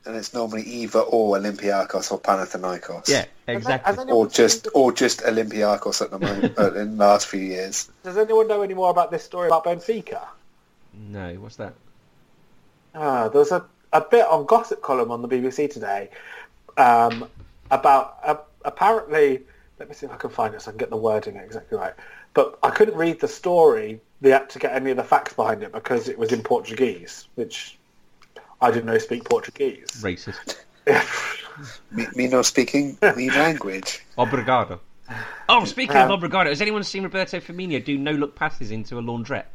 Speaker 3: And it's normally either or Olympiacos or Panathinaikos.
Speaker 1: Yeah,
Speaker 2: Has
Speaker 1: exactly.
Speaker 2: anyone
Speaker 3: Or just
Speaker 2: seen-
Speaker 3: or just Olympiacos at
Speaker 1: (laughs)
Speaker 3: the moment uh, in the last few years.
Speaker 2: Does anyone know any more about this story about Benfica?
Speaker 1: No, what's that?
Speaker 2: Ah, there was a, a bit on gossip column on the BBC today um, about uh, apparently. Let me see if I can find this. I can get the wording exactly right, but I couldn't read the story. They had to get any of the facts behind it because it was in Portuguese, which I didn't know speak Portuguese.
Speaker 1: Racist.
Speaker 3: Me, me not speaking
Speaker 1: (laughs)
Speaker 3: the language. (laughs)
Speaker 1: Obrigado. Oh, speaking
Speaker 3: Um,
Speaker 1: of obrigado, has anyone seen Roberto Firmino do no-look passes into a laundrette?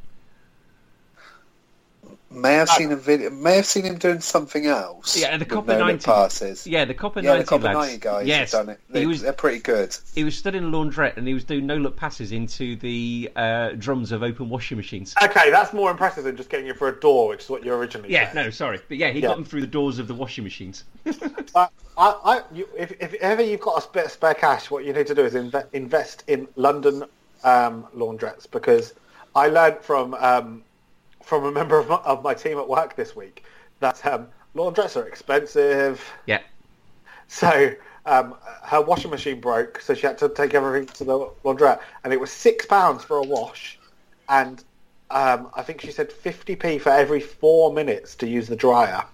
Speaker 3: May have seen a video. May have seen him doing something else.
Speaker 1: Yeah, the
Speaker 3: with
Speaker 1: Copa
Speaker 3: no-look
Speaker 1: 90
Speaker 3: passes.
Speaker 1: Yeah, the Copper
Speaker 3: Yeah,
Speaker 1: 90
Speaker 3: the Copa
Speaker 1: lads.
Speaker 3: 90 guys
Speaker 1: yes,
Speaker 3: have done it. They,
Speaker 1: he was
Speaker 3: They're pretty good.
Speaker 1: he was stood in a laundrette and he was doing no-look passes into the uh, drums of open washing machines.
Speaker 2: Okay, that's more impressive than just getting you for a door, which is what you originally.
Speaker 1: Yeah,
Speaker 2: said.
Speaker 1: no, sorry, but yeah, he
Speaker 2: Yeah.
Speaker 1: got them through the doors of the washing machines. (laughs)
Speaker 2: I, I, I- you, if, if ever you've got a spare, spare cash, what you need to do is inve- invest in London um, laundrettes because I learned from um, from a member of my, of my team at work this week that um, laundrettes are expensive.
Speaker 1: yeah,
Speaker 2: So um, her washing machine broke, so she had to take everything to the laundrette, and it was six pounds for a wash, and um, I think she said fifty p for every four minutes to use the dryer.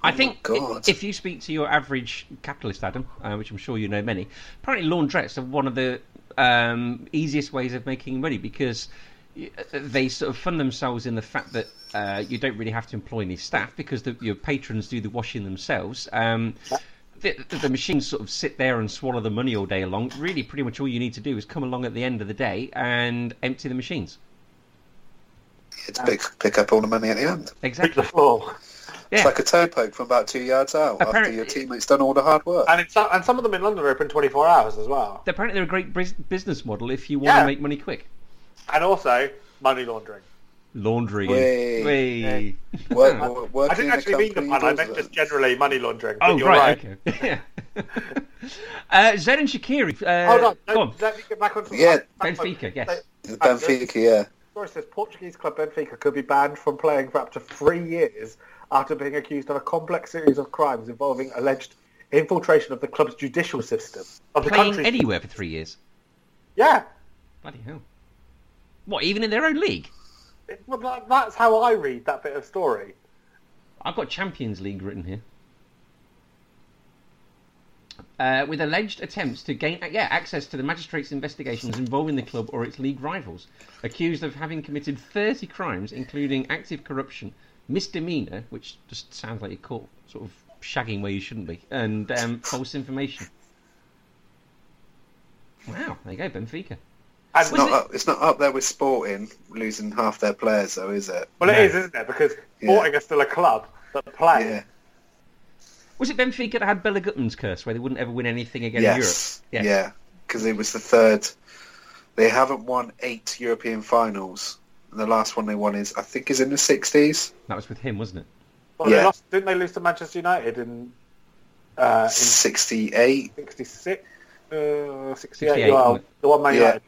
Speaker 2: (laughs)
Speaker 1: I think
Speaker 3: God.
Speaker 1: if you speak to your average capitalist, Adam, uh, which I'm sure you know many, apparently laundrettes are one of the um, easiest ways of making money because y- they sort of fund themselves in the fact that uh, you don't really have to employ any staff because the, your patrons do the washing themselves. Um, the, the machines sort of sit there and swallow the money all day long. Really, pretty much all you need to do is come along at the end of the day and empty the machines.
Speaker 3: It's pick, pick up all the money at the end.
Speaker 2: Pick the
Speaker 1: Exactly.
Speaker 2: floor.
Speaker 3: It's
Speaker 1: Yeah.
Speaker 3: like a toe poke from about two yards out after
Speaker 1: Apparently-
Speaker 3: your teammate's done all the hard work.
Speaker 2: And, in some, and some of them in London are open 24 hours as well.
Speaker 1: Apparently, they're a great bris- business model if you want to
Speaker 2: Yeah.
Speaker 1: make money quick.
Speaker 2: And also, money laundering.
Speaker 1: Laundry.
Speaker 3: Way.
Speaker 1: Way. Hmm.
Speaker 3: Work, work, working
Speaker 2: I didn't
Speaker 3: in a
Speaker 2: actually mean the
Speaker 3: company
Speaker 2: pun, I
Speaker 3: does
Speaker 2: meant
Speaker 3: that.
Speaker 2: just generally money laundering. but
Speaker 1: Oh,
Speaker 2: you're
Speaker 1: right. Okay. (laughs) Yeah. uh, Zen and Shakiri. Uh,
Speaker 2: Hold on,
Speaker 1: go
Speaker 2: let,
Speaker 1: on.
Speaker 2: let me get back onto
Speaker 3: Yeah.
Speaker 1: Benfica, yes.
Speaker 2: The
Speaker 3: Benfica, yeah.
Speaker 2: story says Portuguese club Benfica could be banned from playing for up to three years after being accused of a complex series of crimes involving alleged infiltration of the club's judicial system. Of the
Speaker 1: Playing
Speaker 2: country's-
Speaker 1: anywhere for three years.
Speaker 2: Yeah.
Speaker 1: Bloody hell. What, even in their own league?
Speaker 2: It- well, that- That's how I read that bit of story.
Speaker 1: I've got Champions League written here. uh, with alleged attempts to gain yeah, access to the magistrate's investigations involving the club or its league rivals, accused of having committed 30 crimes, including active corruption, misdemeanour, which just sounds like you're caught sort of shagging where you shouldn't be, and um, false information. Wow, there you go, Benfica.
Speaker 3: It's
Speaker 1: Was
Speaker 3: not,
Speaker 1: it-
Speaker 3: up, it's not up there with Sporting losing half their players, though, is it?
Speaker 2: Well, it
Speaker 1: No.
Speaker 2: is, isn't it? Because
Speaker 3: Yeah.
Speaker 2: Sporting are still a club that play.
Speaker 3: Yeah.
Speaker 1: Was it Benfica that had Bella Gutman's curse, where they wouldn't ever win anything again
Speaker 3: Yes.
Speaker 1: in Europe?
Speaker 3: Yeah. Because it was the third. They haven't won eight European finals. And the last one they won is, I think, is in the 60s.
Speaker 1: That was with him, wasn't it?
Speaker 2: Well,
Speaker 3: Yeah.
Speaker 2: They lost, didn't they lose to Manchester United in, uh, in
Speaker 3: 68.
Speaker 2: 66? Uh, 68,
Speaker 1: 68,
Speaker 2: well,
Speaker 1: wasn't
Speaker 2: the one Man
Speaker 3: Yeah.
Speaker 2: United.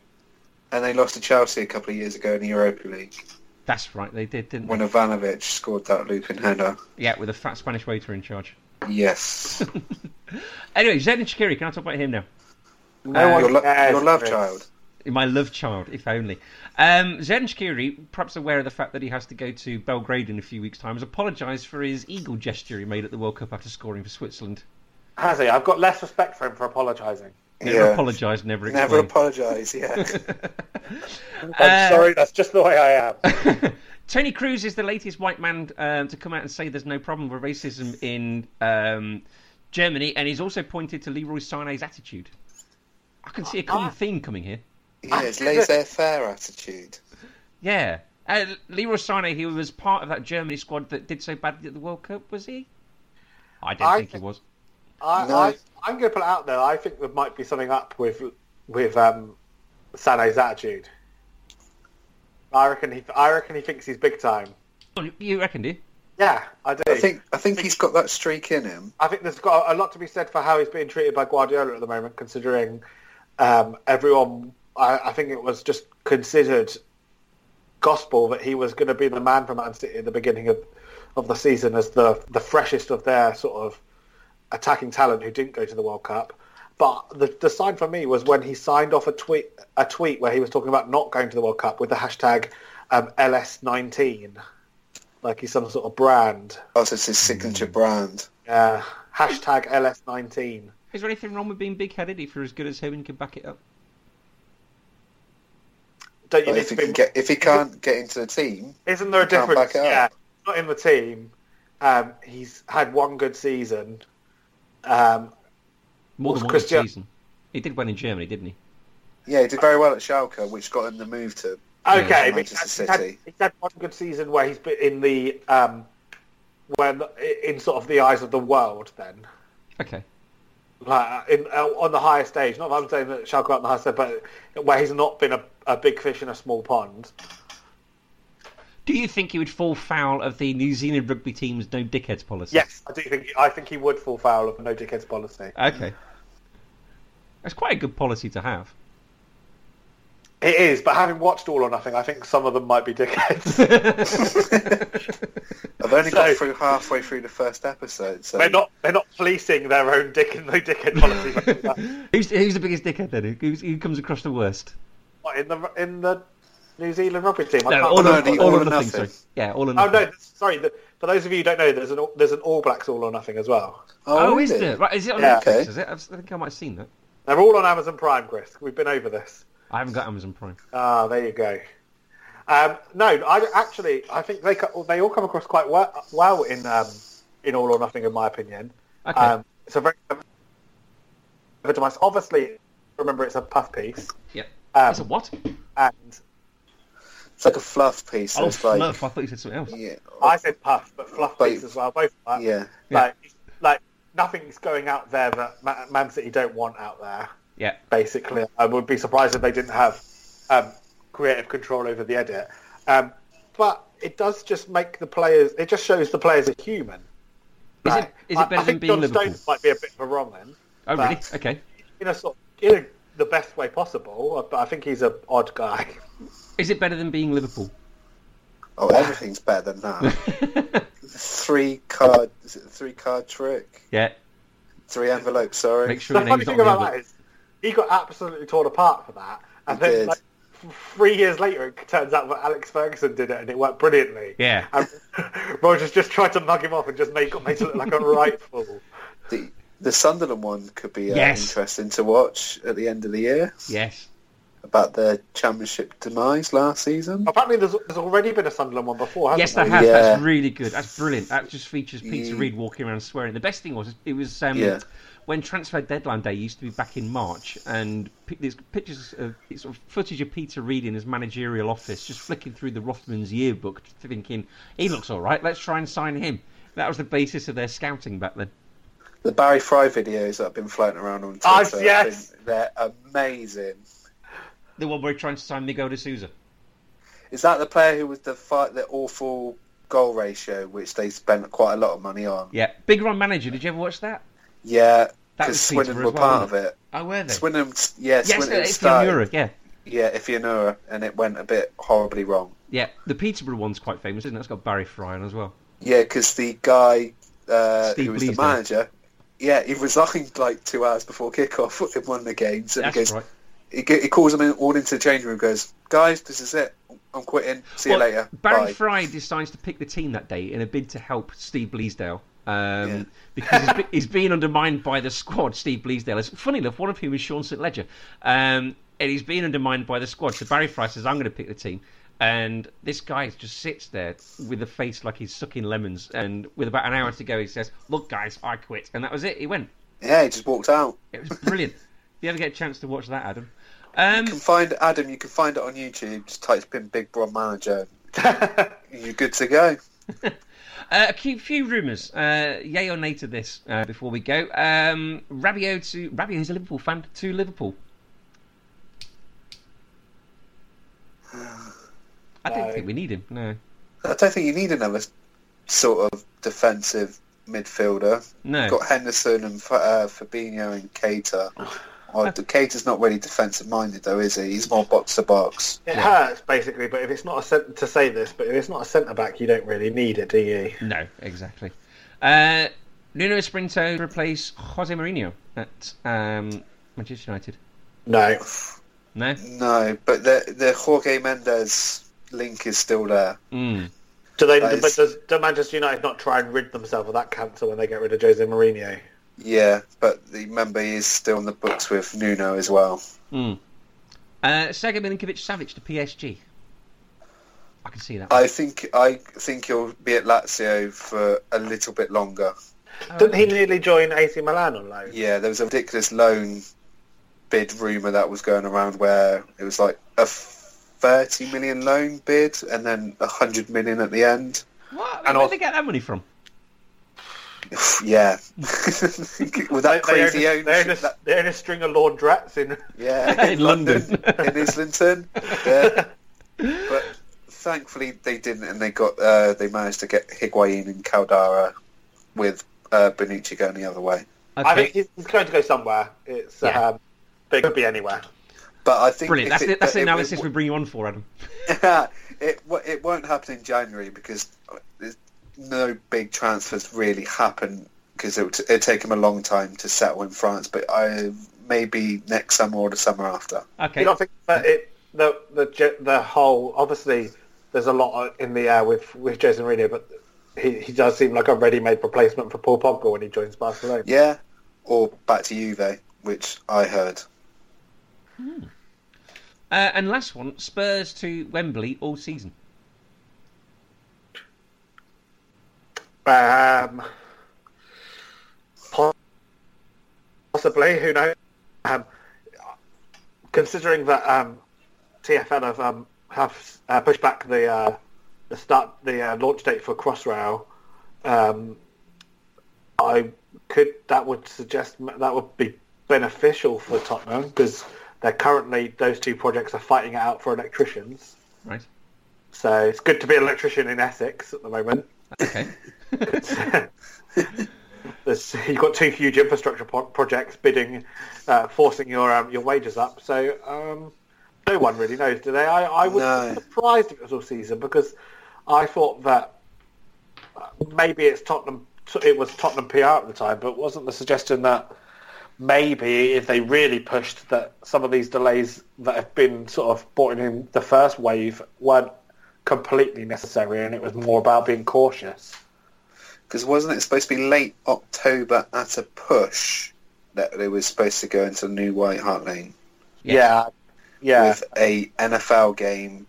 Speaker 3: And they lost to Chelsea a couple of years ago in the Europa League
Speaker 1: That's right, they did, didn't
Speaker 3: when
Speaker 1: they?
Speaker 3: Ivanovic scored that looping header.
Speaker 1: Yeah, with a fat Spanish waiter in charge.
Speaker 3: Yes.
Speaker 1: Anyway, Zen and Shakiri, can I talk about him now?
Speaker 2: No
Speaker 1: Uh,
Speaker 2: one
Speaker 3: your, lo-
Speaker 2: cares,
Speaker 3: your love
Speaker 2: Oh, Chris.
Speaker 3: child.
Speaker 1: My love child, if only. Um, Zen Shakiri, perhaps aware of the fact that he has to go to Belgrade in a few weeks' time, has apologised for his eagle gesture he made at the World Cup after scoring for Switzerland.
Speaker 2: Has he? I've got less respect for him for apologising.
Speaker 1: Never
Speaker 3: Yeah.
Speaker 1: apologised, never explained.
Speaker 3: Never apologise, yeah.
Speaker 1: (laughs)
Speaker 2: I'm
Speaker 1: Uh,
Speaker 2: sorry, that's just the
Speaker 1: (laughs)
Speaker 2: way I am.
Speaker 1: Tony Cruz is the latest white man um, to come out and say there's no problem with racism in um, Germany, and he's also pointed to Leroy Sané's attitude. I can see a common theme coming here.
Speaker 3: yeah, it's laissez-faire attitude.
Speaker 1: Yeah. Uh, Leroy Sané, he was part of that Germany squad that did so badly at the World Cup, was he? I don't
Speaker 2: I
Speaker 1: think he
Speaker 2: think-
Speaker 1: was.
Speaker 2: I,
Speaker 3: No.
Speaker 2: I, I'm going to put it out there. I think there might be something up with with um, Sané's attitude. I reckon he. I reckon he thinks he's big time.
Speaker 1: Oh, You reckon, do you?
Speaker 2: Yeah, I do.
Speaker 3: I think I think he's got that streak in him.
Speaker 2: I think there's got a lot to be said for how he's being treated by Guardiola at the moment, considering um, everyone. I, I think it was just considered gospel that he was going to be the man for Man City at the beginning of, of the season as the the freshest of their sort of attacking talent who didn't go to the World Cup. But the, the sign for me was when he signed off a tweet a tweet where he was talking about not going to the World Cup with the hashtag um, LS19, like he's some sort of brand.
Speaker 3: Also, it's his signature brand.
Speaker 2: Uh, hashtag LS19.
Speaker 1: Is there anything wrong with being big-headed if you're as good as him and can back it up?
Speaker 2: Don't you
Speaker 3: But
Speaker 2: need
Speaker 3: if
Speaker 2: to
Speaker 3: he
Speaker 2: be?
Speaker 3: can get if he can't get into the team,
Speaker 2: Isn't there a
Speaker 3: can't
Speaker 2: difference?
Speaker 3: back it
Speaker 2: Yeah,
Speaker 3: up.
Speaker 2: not in the team. Um, he's had one good season. Um,
Speaker 1: More than
Speaker 2: Was
Speaker 1: one
Speaker 2: Christian-
Speaker 1: season. He did well in Germany, didn't he?
Speaker 3: yeah, he did very well at Schalke, which got him the move to.
Speaker 2: okay,
Speaker 3: Manchester
Speaker 2: but he's had, he's, had,
Speaker 3: City.
Speaker 2: he's had one good season where he's been in the um, when in sort of the eyes of the world. Then,
Speaker 1: Okay.
Speaker 2: like in, uh, on the higher stage. Not that I'm saying that Schalke are on the higher stage, but where he's not been a, a big fish in a small pond.
Speaker 1: Do you think he would fall foul of the New Zealand rugby team's no dickheads policy?
Speaker 2: Yes, I do think I think he would fall foul of no dickheads policy.
Speaker 1: Okay. That's quite a good policy to have. (laughs)
Speaker 2: It is, but having watched All or Nothing, I think some of them might be dickheads.
Speaker 1: (laughs)
Speaker 3: I've only got
Speaker 2: So-
Speaker 3: through halfway through the first episode, so
Speaker 2: they're not they're not policing their own dick and no
Speaker 1: (laughs)
Speaker 2: dickhead policy.
Speaker 1: Who's, who's the biggest dickhead then? Who's, who comes across the worst?
Speaker 2: What, in the in the New Zealand rugby team. I can't-
Speaker 1: all,
Speaker 3: no,
Speaker 1: or-
Speaker 3: the
Speaker 1: all
Speaker 3: all
Speaker 1: or
Speaker 3: or
Speaker 1: nothing.
Speaker 3: nothing.
Speaker 1: sorry. Yeah, all or
Speaker 2: oh
Speaker 1: nothing.
Speaker 2: no, that's- sorry. The, for those of you who don't know, there's an All- there's an All Blacks All or Nothing as well.
Speaker 1: Oh,
Speaker 3: really?
Speaker 1: is there? Right, is it on
Speaker 2: Yeah.
Speaker 1: Netflix?
Speaker 3: Okay.
Speaker 1: Is it? I think I might have seen that.
Speaker 2: They're all on Amazon Prime, Chris. We've been over this.
Speaker 1: I haven't got Amazon Prime.
Speaker 2: Ah, there you go. Um, no, I actually I think they co- they all come across quite well, well in um, in All or Nothing, in my opinion.
Speaker 1: Okay.
Speaker 2: Um, it's a very obviously. Remember, it's a puff piece.
Speaker 1: Yep.
Speaker 2: Um,
Speaker 1: it's a what?
Speaker 2: and
Speaker 3: It's like a fluff piece. so
Speaker 1: Oh,
Speaker 3: it's like
Speaker 1: fluff. I thought you said something else.
Speaker 3: yeah,
Speaker 2: I said puff, but fluff
Speaker 3: But-
Speaker 2: piece as well. Both of that.
Speaker 3: yeah.
Speaker 2: Like, like nothing's going out there that Ma- Man City don't want out there.
Speaker 1: Yeah.
Speaker 2: Basically, I would be surprised if they didn't have um, creative control over the edit. Um, but it does just make the players. It just shows the players are human.
Speaker 1: Is
Speaker 2: Like,
Speaker 1: it, is
Speaker 2: I-
Speaker 1: it better
Speaker 2: I
Speaker 1: than
Speaker 2: think
Speaker 1: being
Speaker 2: John
Speaker 1: Liverpool?
Speaker 2: Stones might be a bit of a wrong then,
Speaker 1: Oh, really?
Speaker 2: but-
Speaker 1: Okay.
Speaker 2: in a sort, in a, the best way possible. But I think he's an odd guy. (laughs)
Speaker 1: Is it better than being Liverpool? (laughs)
Speaker 3: Oh, everything's better than that. three card, is it a three card trick?
Speaker 1: yeah.
Speaker 3: Three envelopes. Sorry.
Speaker 1: Make sure
Speaker 2: The
Speaker 1: your
Speaker 2: funny
Speaker 1: name's
Speaker 2: thing
Speaker 1: not on
Speaker 2: about
Speaker 1: the
Speaker 2: that
Speaker 1: envelope.
Speaker 2: is, he got absolutely torn apart for that, and
Speaker 3: He
Speaker 2: then
Speaker 3: did.
Speaker 2: like f- three years later, it turns out that Alex Ferguson did it, and it worked brilliantly.
Speaker 1: Yeah.
Speaker 2: (laughs)
Speaker 1: (laughs)
Speaker 2: and Rogers just tried to mug him off and just make make it look like a right fool.
Speaker 3: The, The Sunderland one could be uh,
Speaker 1: Yes.
Speaker 3: interesting to watch at the end of the year
Speaker 1: Yes.
Speaker 3: about their championship demise last season.
Speaker 2: Apparently, there's, there's already been a Sunderland one before, hasn't
Speaker 1: Yes, there
Speaker 2: there?
Speaker 1: has. That's
Speaker 3: Yeah.
Speaker 1: really good. That's brilliant. That just features Peter
Speaker 3: Mm.
Speaker 1: Reid walking around swearing. The best thing was it was um,
Speaker 3: Yeah.
Speaker 1: when transfer deadline day used to be back in March, and pi- there's pictures of it's sort of footage of Peter Reid in his managerial office, just flicking through the Rothmans yearbook, thinking he looks all right. Let's try and sign him. That was the basis of their scouting back then.
Speaker 3: The Barry Fry videos that have been floating around on Twitter,
Speaker 2: Ah,
Speaker 3: I
Speaker 2: yes.
Speaker 3: think they're amazing.
Speaker 1: The one where he trying to sign Miguel de Souza.
Speaker 3: Is that the player who was the fight the awful goal ratio, which they spent quite a lot of money on?
Speaker 1: Yeah, Big Run Manager. Did you ever watch that?
Speaker 3: Yeah,
Speaker 1: That
Speaker 3: because
Speaker 1: was Peterborough as
Speaker 3: Swindon were
Speaker 1: well,
Speaker 3: part of
Speaker 1: wasn't
Speaker 3: it.
Speaker 1: Oh, were they?
Speaker 3: Swindon, yeah,
Speaker 1: yes, uh,
Speaker 3: Swindon
Speaker 1: it's
Speaker 3: started,
Speaker 1: Europe. Yeah,
Speaker 3: yeah, Ifeanora, and it went a bit horribly wrong.
Speaker 1: yeah. The Peterborough one's quite famous, isn't it? It's got Barry Fry on as well.
Speaker 3: Yeah, because the guy uh,
Speaker 1: Steve
Speaker 3: who was the
Speaker 1: Bleasdale.
Speaker 3: manager, yeah, he resigned like two hours before kickoff (laughs) in one of the games, and
Speaker 1: That's
Speaker 3: he goes,
Speaker 1: right.
Speaker 3: he, g- he calls them in, all into the changing room, and goes, guys, this is it, I'm quitting, see you
Speaker 1: Well,
Speaker 3: later,
Speaker 1: Barry
Speaker 3: bye.
Speaker 1: Fry decides to pick the team that day in a bid to help Steve Bleasdale. Um,
Speaker 3: Yeah.
Speaker 1: (laughs) because he's, be- he's being undermined by the squad, Steve Bleasdale. is funny enough, one of whom is Sean St. Ledger. Um, and he's being undermined by the squad. So Barry Fry says, I'm going to pick the team. And this guy just sits there with a face like he's sucking lemons. And with about an hour to go, he says, Look, guys, I quit. And that was it. He went.
Speaker 3: yeah, he just walked out.
Speaker 1: It was brilliant. (laughs) if you ever get a chance to watch that, Adam. Um,
Speaker 3: You can find Adam. You can find it on YouTube. Just type in "Big Bro Manager." You're good to go.
Speaker 1: Uh, a few, few rumours, uh, yay or nay to this uh, before we go. Um, Rabiot to Rabiot is a Liverpool fan to Liverpool. I don't
Speaker 2: No.
Speaker 1: think we need him. No,
Speaker 3: I don't think you need another sort of defensive midfielder.
Speaker 1: no.
Speaker 3: Got Henderson and Fa- uh, Fabinho and Cater. Well, the Cater's not really defensive minded though, is he? He's more box to box.
Speaker 2: It hurts basically, but if it's not a cent- to say this, but if it's not a centre back, you don't really need it, do you?
Speaker 1: No, exactly. Uh, Nuno Espirito to replace Jose Mourinho at um, Manchester United.
Speaker 2: No.
Speaker 1: No.
Speaker 3: No, but the the Jorge Mendes link is still there.
Speaker 1: Mm.
Speaker 2: Do they?
Speaker 3: That is-
Speaker 2: But does, do Manchester United not try and rid themselves of that cancer when they get rid of Jose Mourinho?
Speaker 3: Yeah, but remember he is still on the books with Nuno as well.
Speaker 1: Mm. Uh, Sergej Milinkovic-Savic to PSG. I can see that.
Speaker 3: I think I think he'll be at Lazio for a little bit longer.
Speaker 1: Oh,
Speaker 2: Didn't he nearly join AC Milan on loan?
Speaker 3: Yeah, there was a ridiculous loan bid rumor that was going around where it was like a thirty million loan bid and then a hundred million at the end. (sighs)
Speaker 1: What?
Speaker 2: And
Speaker 1: Where
Speaker 2: also-
Speaker 1: did they get that money from?
Speaker 3: yeah, (laughs) with that
Speaker 2: they,
Speaker 3: crazy
Speaker 2: own a, they, own a,
Speaker 3: ownership. that-
Speaker 2: they own a string of laundrettes in. (laughs)
Speaker 3: yeah,
Speaker 1: In London.
Speaker 3: in Islington. Yeah, but thankfully they didn't, and they got uh, they managed to get Higuain and Caldara with uh, Benucci going the other way.
Speaker 1: Okay.
Speaker 2: I think he's, he's going to go somewhere. It's
Speaker 1: Yeah.
Speaker 2: um, but it could be anywhere.
Speaker 3: But I think
Speaker 1: Brilliant.
Speaker 3: if
Speaker 1: That's,
Speaker 3: it-
Speaker 1: the, that's the
Speaker 3: it- it-
Speaker 1: analysis we bring you on for, Adam.
Speaker 3: (laughs) it w- it won't happen in January because there's no big transfers really happen because it would it'd take him a long time to settle in France. But I maybe next summer or the summer after.
Speaker 1: Okay.
Speaker 2: You don't think that it the the ge- the whole obviously there's a lot in the air with with Jose Mourinho, but he, he does seem like a ready-made replacement for Paul Pogba when he joins Barcelona.
Speaker 3: Yeah, or back to Juve, which I heard.
Speaker 1: Uh, and last one Spurs to Wembley all season.
Speaker 2: Um, po- possibly, who knows? Um, considering that um, TFL have um, have uh, pushed back the uh, the start the uh, launch date for Crossrail, um, I could that would suggest m- that would be beneficial for Tottenham because they're currently those two projects are fighting it out for electricians.
Speaker 1: Right.
Speaker 2: So it's good to be an electrician in Essex at the moment.
Speaker 1: Okay.
Speaker 2: There's, (laughs) you've got two huge infrastructure pro- projects bidding, uh, forcing your um, your wages up. So um, no one really knows, do they? I, I was
Speaker 3: No.
Speaker 2: surprised if it was all season because I thought that uh, maybe it's Tottenham. It was Tottenham PR at the time, but wasn't the suggestion that maybe if they really pushed that some of these delays that have been sort of brought in in the first wave weren't completely necessary, and it was more about being cautious.
Speaker 3: Because wasn't it supposed to be late October at a push that they were supposed to go into New White Hart Lane
Speaker 1: Yeah.
Speaker 2: Yeah. Yeah.
Speaker 3: with a NFL game?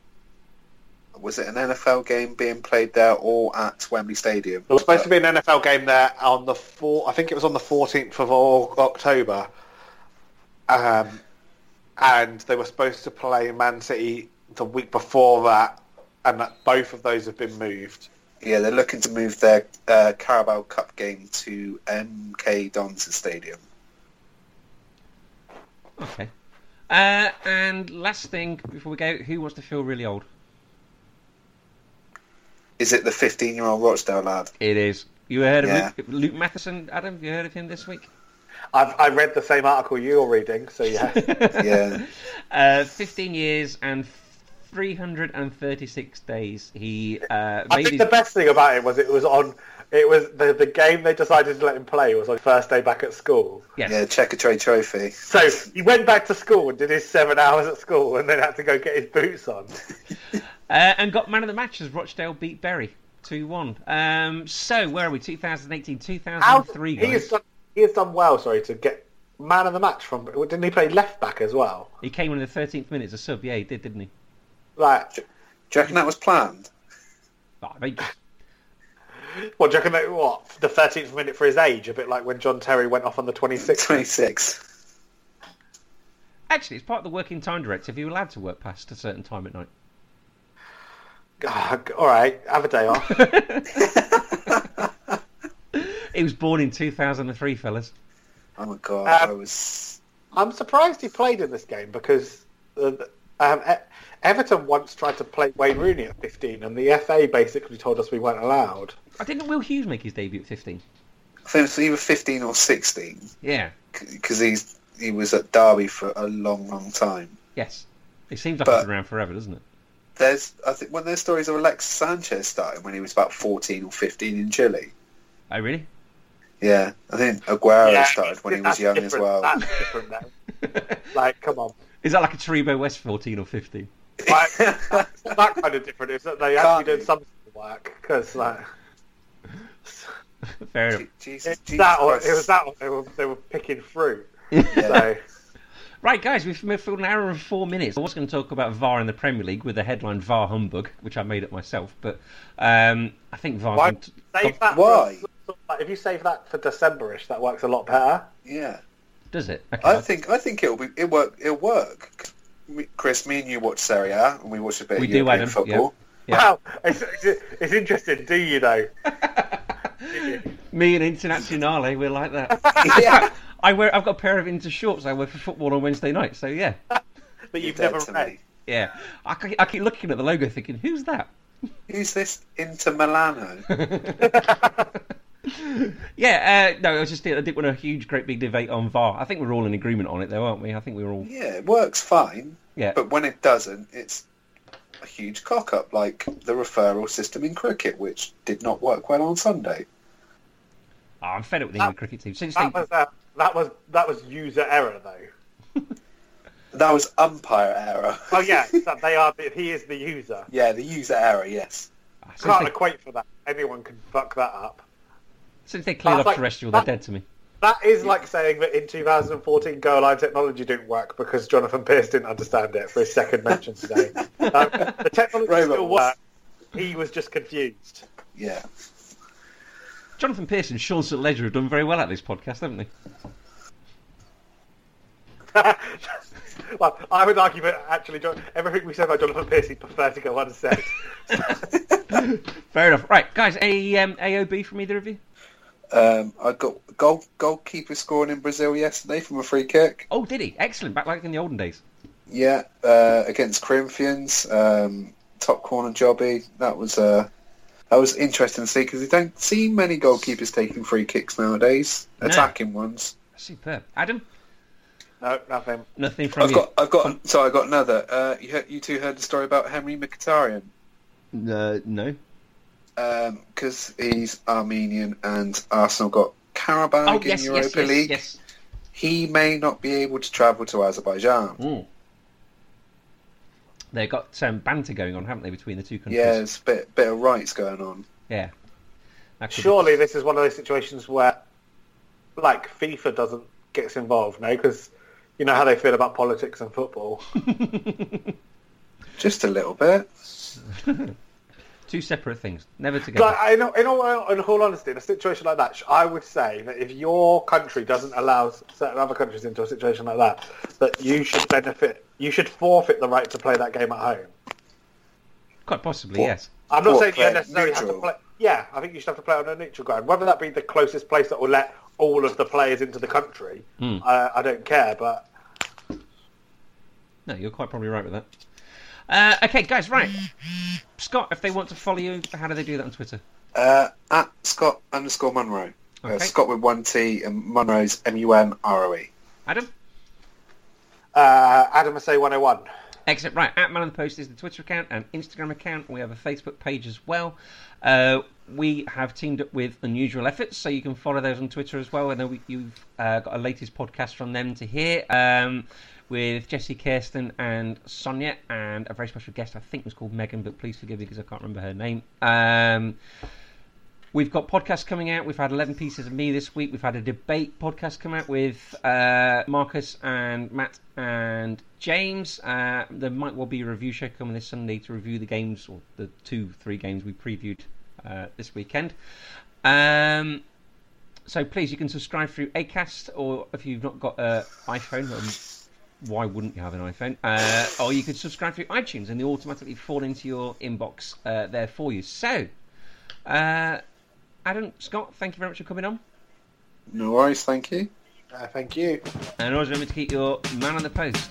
Speaker 3: Was it an NFL game being played there or at Wembley Stadium?
Speaker 2: There was supposed to be an NFL game there on the four. I think it was on the fourteenth of Au- October, um, and they were supposed to play Man City the week before that, and that both of those have been moved.
Speaker 3: Yeah, they're looking to move their uh, Carabao Cup game to MK Dons Stadium.
Speaker 1: Okay. Uh, and last thing before we go, who wants to feel really old?
Speaker 3: Is it the 15-year-old Rochdale lad?
Speaker 1: It is. You heard of
Speaker 3: Yeah.
Speaker 1: Luke, Luke Matheson, Adam? You heard of him this week?
Speaker 2: I've I read the same article you're reading, so yeah. (laughs)
Speaker 3: Yeah.
Speaker 1: Uh, 15 years and 336 days. He uh,
Speaker 2: I
Speaker 1: made
Speaker 2: think
Speaker 1: his...
Speaker 2: the best thing about it was it was on. It was the the game they decided to let him play was on first day back at school.
Speaker 1: Yes.
Speaker 3: Yeah, Checker Trade Trophy.
Speaker 2: So he went back to school and did his seven hours at school, and then had to go get his boots on.
Speaker 1: Uh, and got man of the match as Rochdale beat Bury 2 1. Um, so, where are we? 2018,
Speaker 2: How
Speaker 1: 2003.
Speaker 2: he has
Speaker 1: guys.
Speaker 2: done he has done well. Sorry to get man of the match from. Didn't he play left back as well?
Speaker 1: He came in the 13th minute as a sub. Yeah, he did, didn't he?
Speaker 2: Like,
Speaker 3: Do you reckon that was planned?
Speaker 1: Oh, I mean,
Speaker 2: what do you reckon? that- What the thirteenth minute for his age? A bit like when John Terry went off on the twenty (laughs) sixth.
Speaker 3: 26.
Speaker 1: actually, it's part of the working time directive. You're allowed to work past a certain time at night.
Speaker 2: All right, Ah, have a day off.
Speaker 3: (laughs)
Speaker 1: He was born in 2003, fellas.
Speaker 3: Oh my god,
Speaker 2: Uh,
Speaker 3: I was...
Speaker 2: I'm surprised he played in this game because uh, um, E- Everton once tried to play Wayne Rooney at 15, and the FA basically told us we weren't allowed.
Speaker 1: I didn't Will Hughes make his debut at 15?
Speaker 3: I think it was either 15 or 16,
Speaker 1: Yeah,
Speaker 3: because he's he was at Derby for a long, long time.
Speaker 1: yes. It seems like
Speaker 3: But-
Speaker 1: it's been around forever, doesn't it?
Speaker 3: There's, I think, one of those stories of Alex Sanchez starting when he was about 14 or 15 in Chile.
Speaker 1: Oh, really? (laughs)
Speaker 3: Yeah, I think Aguero
Speaker 2: Yeah,
Speaker 3: Oh, started when he was
Speaker 2: that's
Speaker 3: young as
Speaker 2: different-
Speaker 3: well.
Speaker 2: That's different now. like, come on.
Speaker 1: Is that like a Tribo West 14 or 15?
Speaker 2: Like,
Speaker 3: (laughs)
Speaker 2: that's not that kind of different. It's that they actually
Speaker 3: Can't
Speaker 2: did
Speaker 3: be.
Speaker 2: some sort of work because like
Speaker 1: (laughs) Fair enough.
Speaker 3: Je- Jesus,
Speaker 2: it's
Speaker 3: Jesus
Speaker 2: that or,
Speaker 3: Christ.
Speaker 2: it was that or they were they were picking fruit.
Speaker 3: Yeah.
Speaker 2: So
Speaker 1: Right, guys, we've been for an hour and four minutes. I was going to talk about VAR in the Premier League with the headline VAR Humbug, which I made up myself, but um, I think VAR.
Speaker 2: why save that? for-
Speaker 3: Why?
Speaker 2: like, if you save that for Decemberish, that works a lot better.
Speaker 3: Yeah,
Speaker 1: Does it? Okay.
Speaker 3: I think I think it'll be it work it'll work. 'Cause me- Chris, me and you watch Serie A and we watch a bit
Speaker 1: We
Speaker 3: of
Speaker 1: do,
Speaker 3: European
Speaker 1: Adam,
Speaker 2: (laughs)
Speaker 3: football. (laughs)
Speaker 1: Yeah.
Speaker 2: Wow, it's, it's, it's interesting. Do you know?
Speaker 1: Me and Internazionale, we're like that.
Speaker 3: yeah,
Speaker 1: I wear, I've got a pair of Inter shorts I wear for football on Wednesday night, so yeah.
Speaker 2: But you've
Speaker 3: dead
Speaker 2: never
Speaker 3: to
Speaker 2: read.
Speaker 3: me.
Speaker 1: Yeah. I, ke- I keep looking at the logo thinking, who's that?
Speaker 3: Who's this Inter Milano?
Speaker 1: Yeah, uh, no, I was just, I didn't want a huge, great big debate on VAR. I think we're all in agreement on it, though, aren't we? I think we're all.
Speaker 3: yeah, it works fine,
Speaker 1: Yeah.
Speaker 3: but when it doesn't, it's a huge cock up, like the referral system in cricket, which did not work well on Sunday.
Speaker 1: Oh, I'm fed up with the England cricket team. Since they,
Speaker 2: That was uh, that was that was user error though.
Speaker 3: That was umpire error.
Speaker 2: Oh
Speaker 3: (laughs)
Speaker 2: yeah, that they are. He is the user.
Speaker 3: yeah, the user error. Yes,
Speaker 1: since
Speaker 2: Can't
Speaker 1: they-
Speaker 2: equate for that. Anyone can fuck that up.
Speaker 1: since they cleared
Speaker 2: That's
Speaker 1: off
Speaker 2: like-
Speaker 1: terrestrial,
Speaker 2: that-
Speaker 1: they're dead to me.
Speaker 2: That is like saying that in 2014, goal line technology didn't work because Jonathan Pierce didn't understand it for his second mention today. um, the technology
Speaker 3: Robot
Speaker 2: still
Speaker 3: was-
Speaker 2: worked. He was just confused. (laughs)
Speaker 3: yeah.
Speaker 1: Jonathan Pearson and Sean St. Ledger have done very well at this podcast, haven't they?
Speaker 2: well, I would argue that actually, John, everything we say about Jonathan Pierce, he prefers to go unsaid. (laughs)
Speaker 1: Fair enough. Right, guys, any um, AOB from either of you?
Speaker 3: Um, I got goal goalkeeper scoring in Brazil yesterday from a free kick.
Speaker 1: Oh, did he? Excellent. Back like in the olden days.
Speaker 3: Yeah, uh, against Corinthians, um, top corner jobby. That was uh, that was interesting to see because you don't see many goalkeepers taking free kicks nowadays,
Speaker 1: No.
Speaker 3: attacking ones.
Speaker 1: Superb. Adam,
Speaker 2: no, nothing.
Speaker 1: nothing from
Speaker 3: I've
Speaker 1: you.
Speaker 3: got, I've got. So I got another. Uh, you, heard, you two heard the story about Henry Mkhitaryan
Speaker 1: Uh, no.
Speaker 3: because he's Armenian and Arsenal got Karabag
Speaker 1: Oh,
Speaker 3: in
Speaker 1: yes,
Speaker 3: Europa
Speaker 1: yes, yes,
Speaker 3: League.
Speaker 1: yes.
Speaker 3: He may not be able to travel to Azerbaijan.
Speaker 1: Mm. They've got some banter going on, haven't they, between the two countries?
Speaker 3: Yeah, it's a bit, bit of rights going on.
Speaker 1: Yeah. That could be-
Speaker 2: Surely this is one of those situations where, like FIFA doesn't gets involved, no, because you know how they feel about politics and football.
Speaker 3: Just a little bit.
Speaker 1: two separate things, never together.
Speaker 2: Like, I know, in all, in all honesty, in a situation like that, sh- I would say that if your country doesn't allow certain other countries into a situation like that, that you should benefit, you should forfeit the right to play that game at home.
Speaker 1: Quite possibly,
Speaker 3: What?
Speaker 1: yes.
Speaker 2: I'm not
Speaker 3: What,
Speaker 2: saying you
Speaker 3: play
Speaker 2: necessarily have to
Speaker 3: neutral?
Speaker 2: play. Yeah, I think you should have to play on a neutral ground, whether that be the closest place that will let all of the players into the country. I, I don't care, but
Speaker 1: No, you're quite probably right with that. Uh, okay, guys, right. Scott, if they want to follow you, how do they do that on Twitter?
Speaker 3: Uh, at Scott underscore Munro. Uh,
Speaker 1: Okay.
Speaker 3: Scott with one T and Munro's M U M R O E.
Speaker 1: Adam?
Speaker 2: uh, Adam say 101.
Speaker 1: Except right at Man on the Post is the Twitter account and Instagram account. We have a Facebook page as well. Uh, we have teamed up with Unusual Efforts, so you can follow those on Twitter as well. I know we, you've uh, got a latest podcast from them to hear um, with Jesse Kirsten and Sonia, and a very special guest. I think was called Megan, but please forgive me because I can't remember her name. Um, We've got podcasts coming out. We've had 11 pieces of me this week. We've had a debate podcast come out with uh, Marcus and Matt and James. Uh, there might well be a review show coming this Sunday to review the games, or the two, three games we previewed uh, this weekend. Um, so please, you can subscribe through ACAST, or if you've not got an iPhone, um, why wouldn't you have an iPhone? Uh, or you could subscribe through iTunes, and they automatically fall into your inbox uh, there for you. So. Uh, Adam, Scott, thank you very much for coming on.
Speaker 3: No worries, thank you.
Speaker 2: Uh, thank you.
Speaker 1: And always remember to keep your man on the post.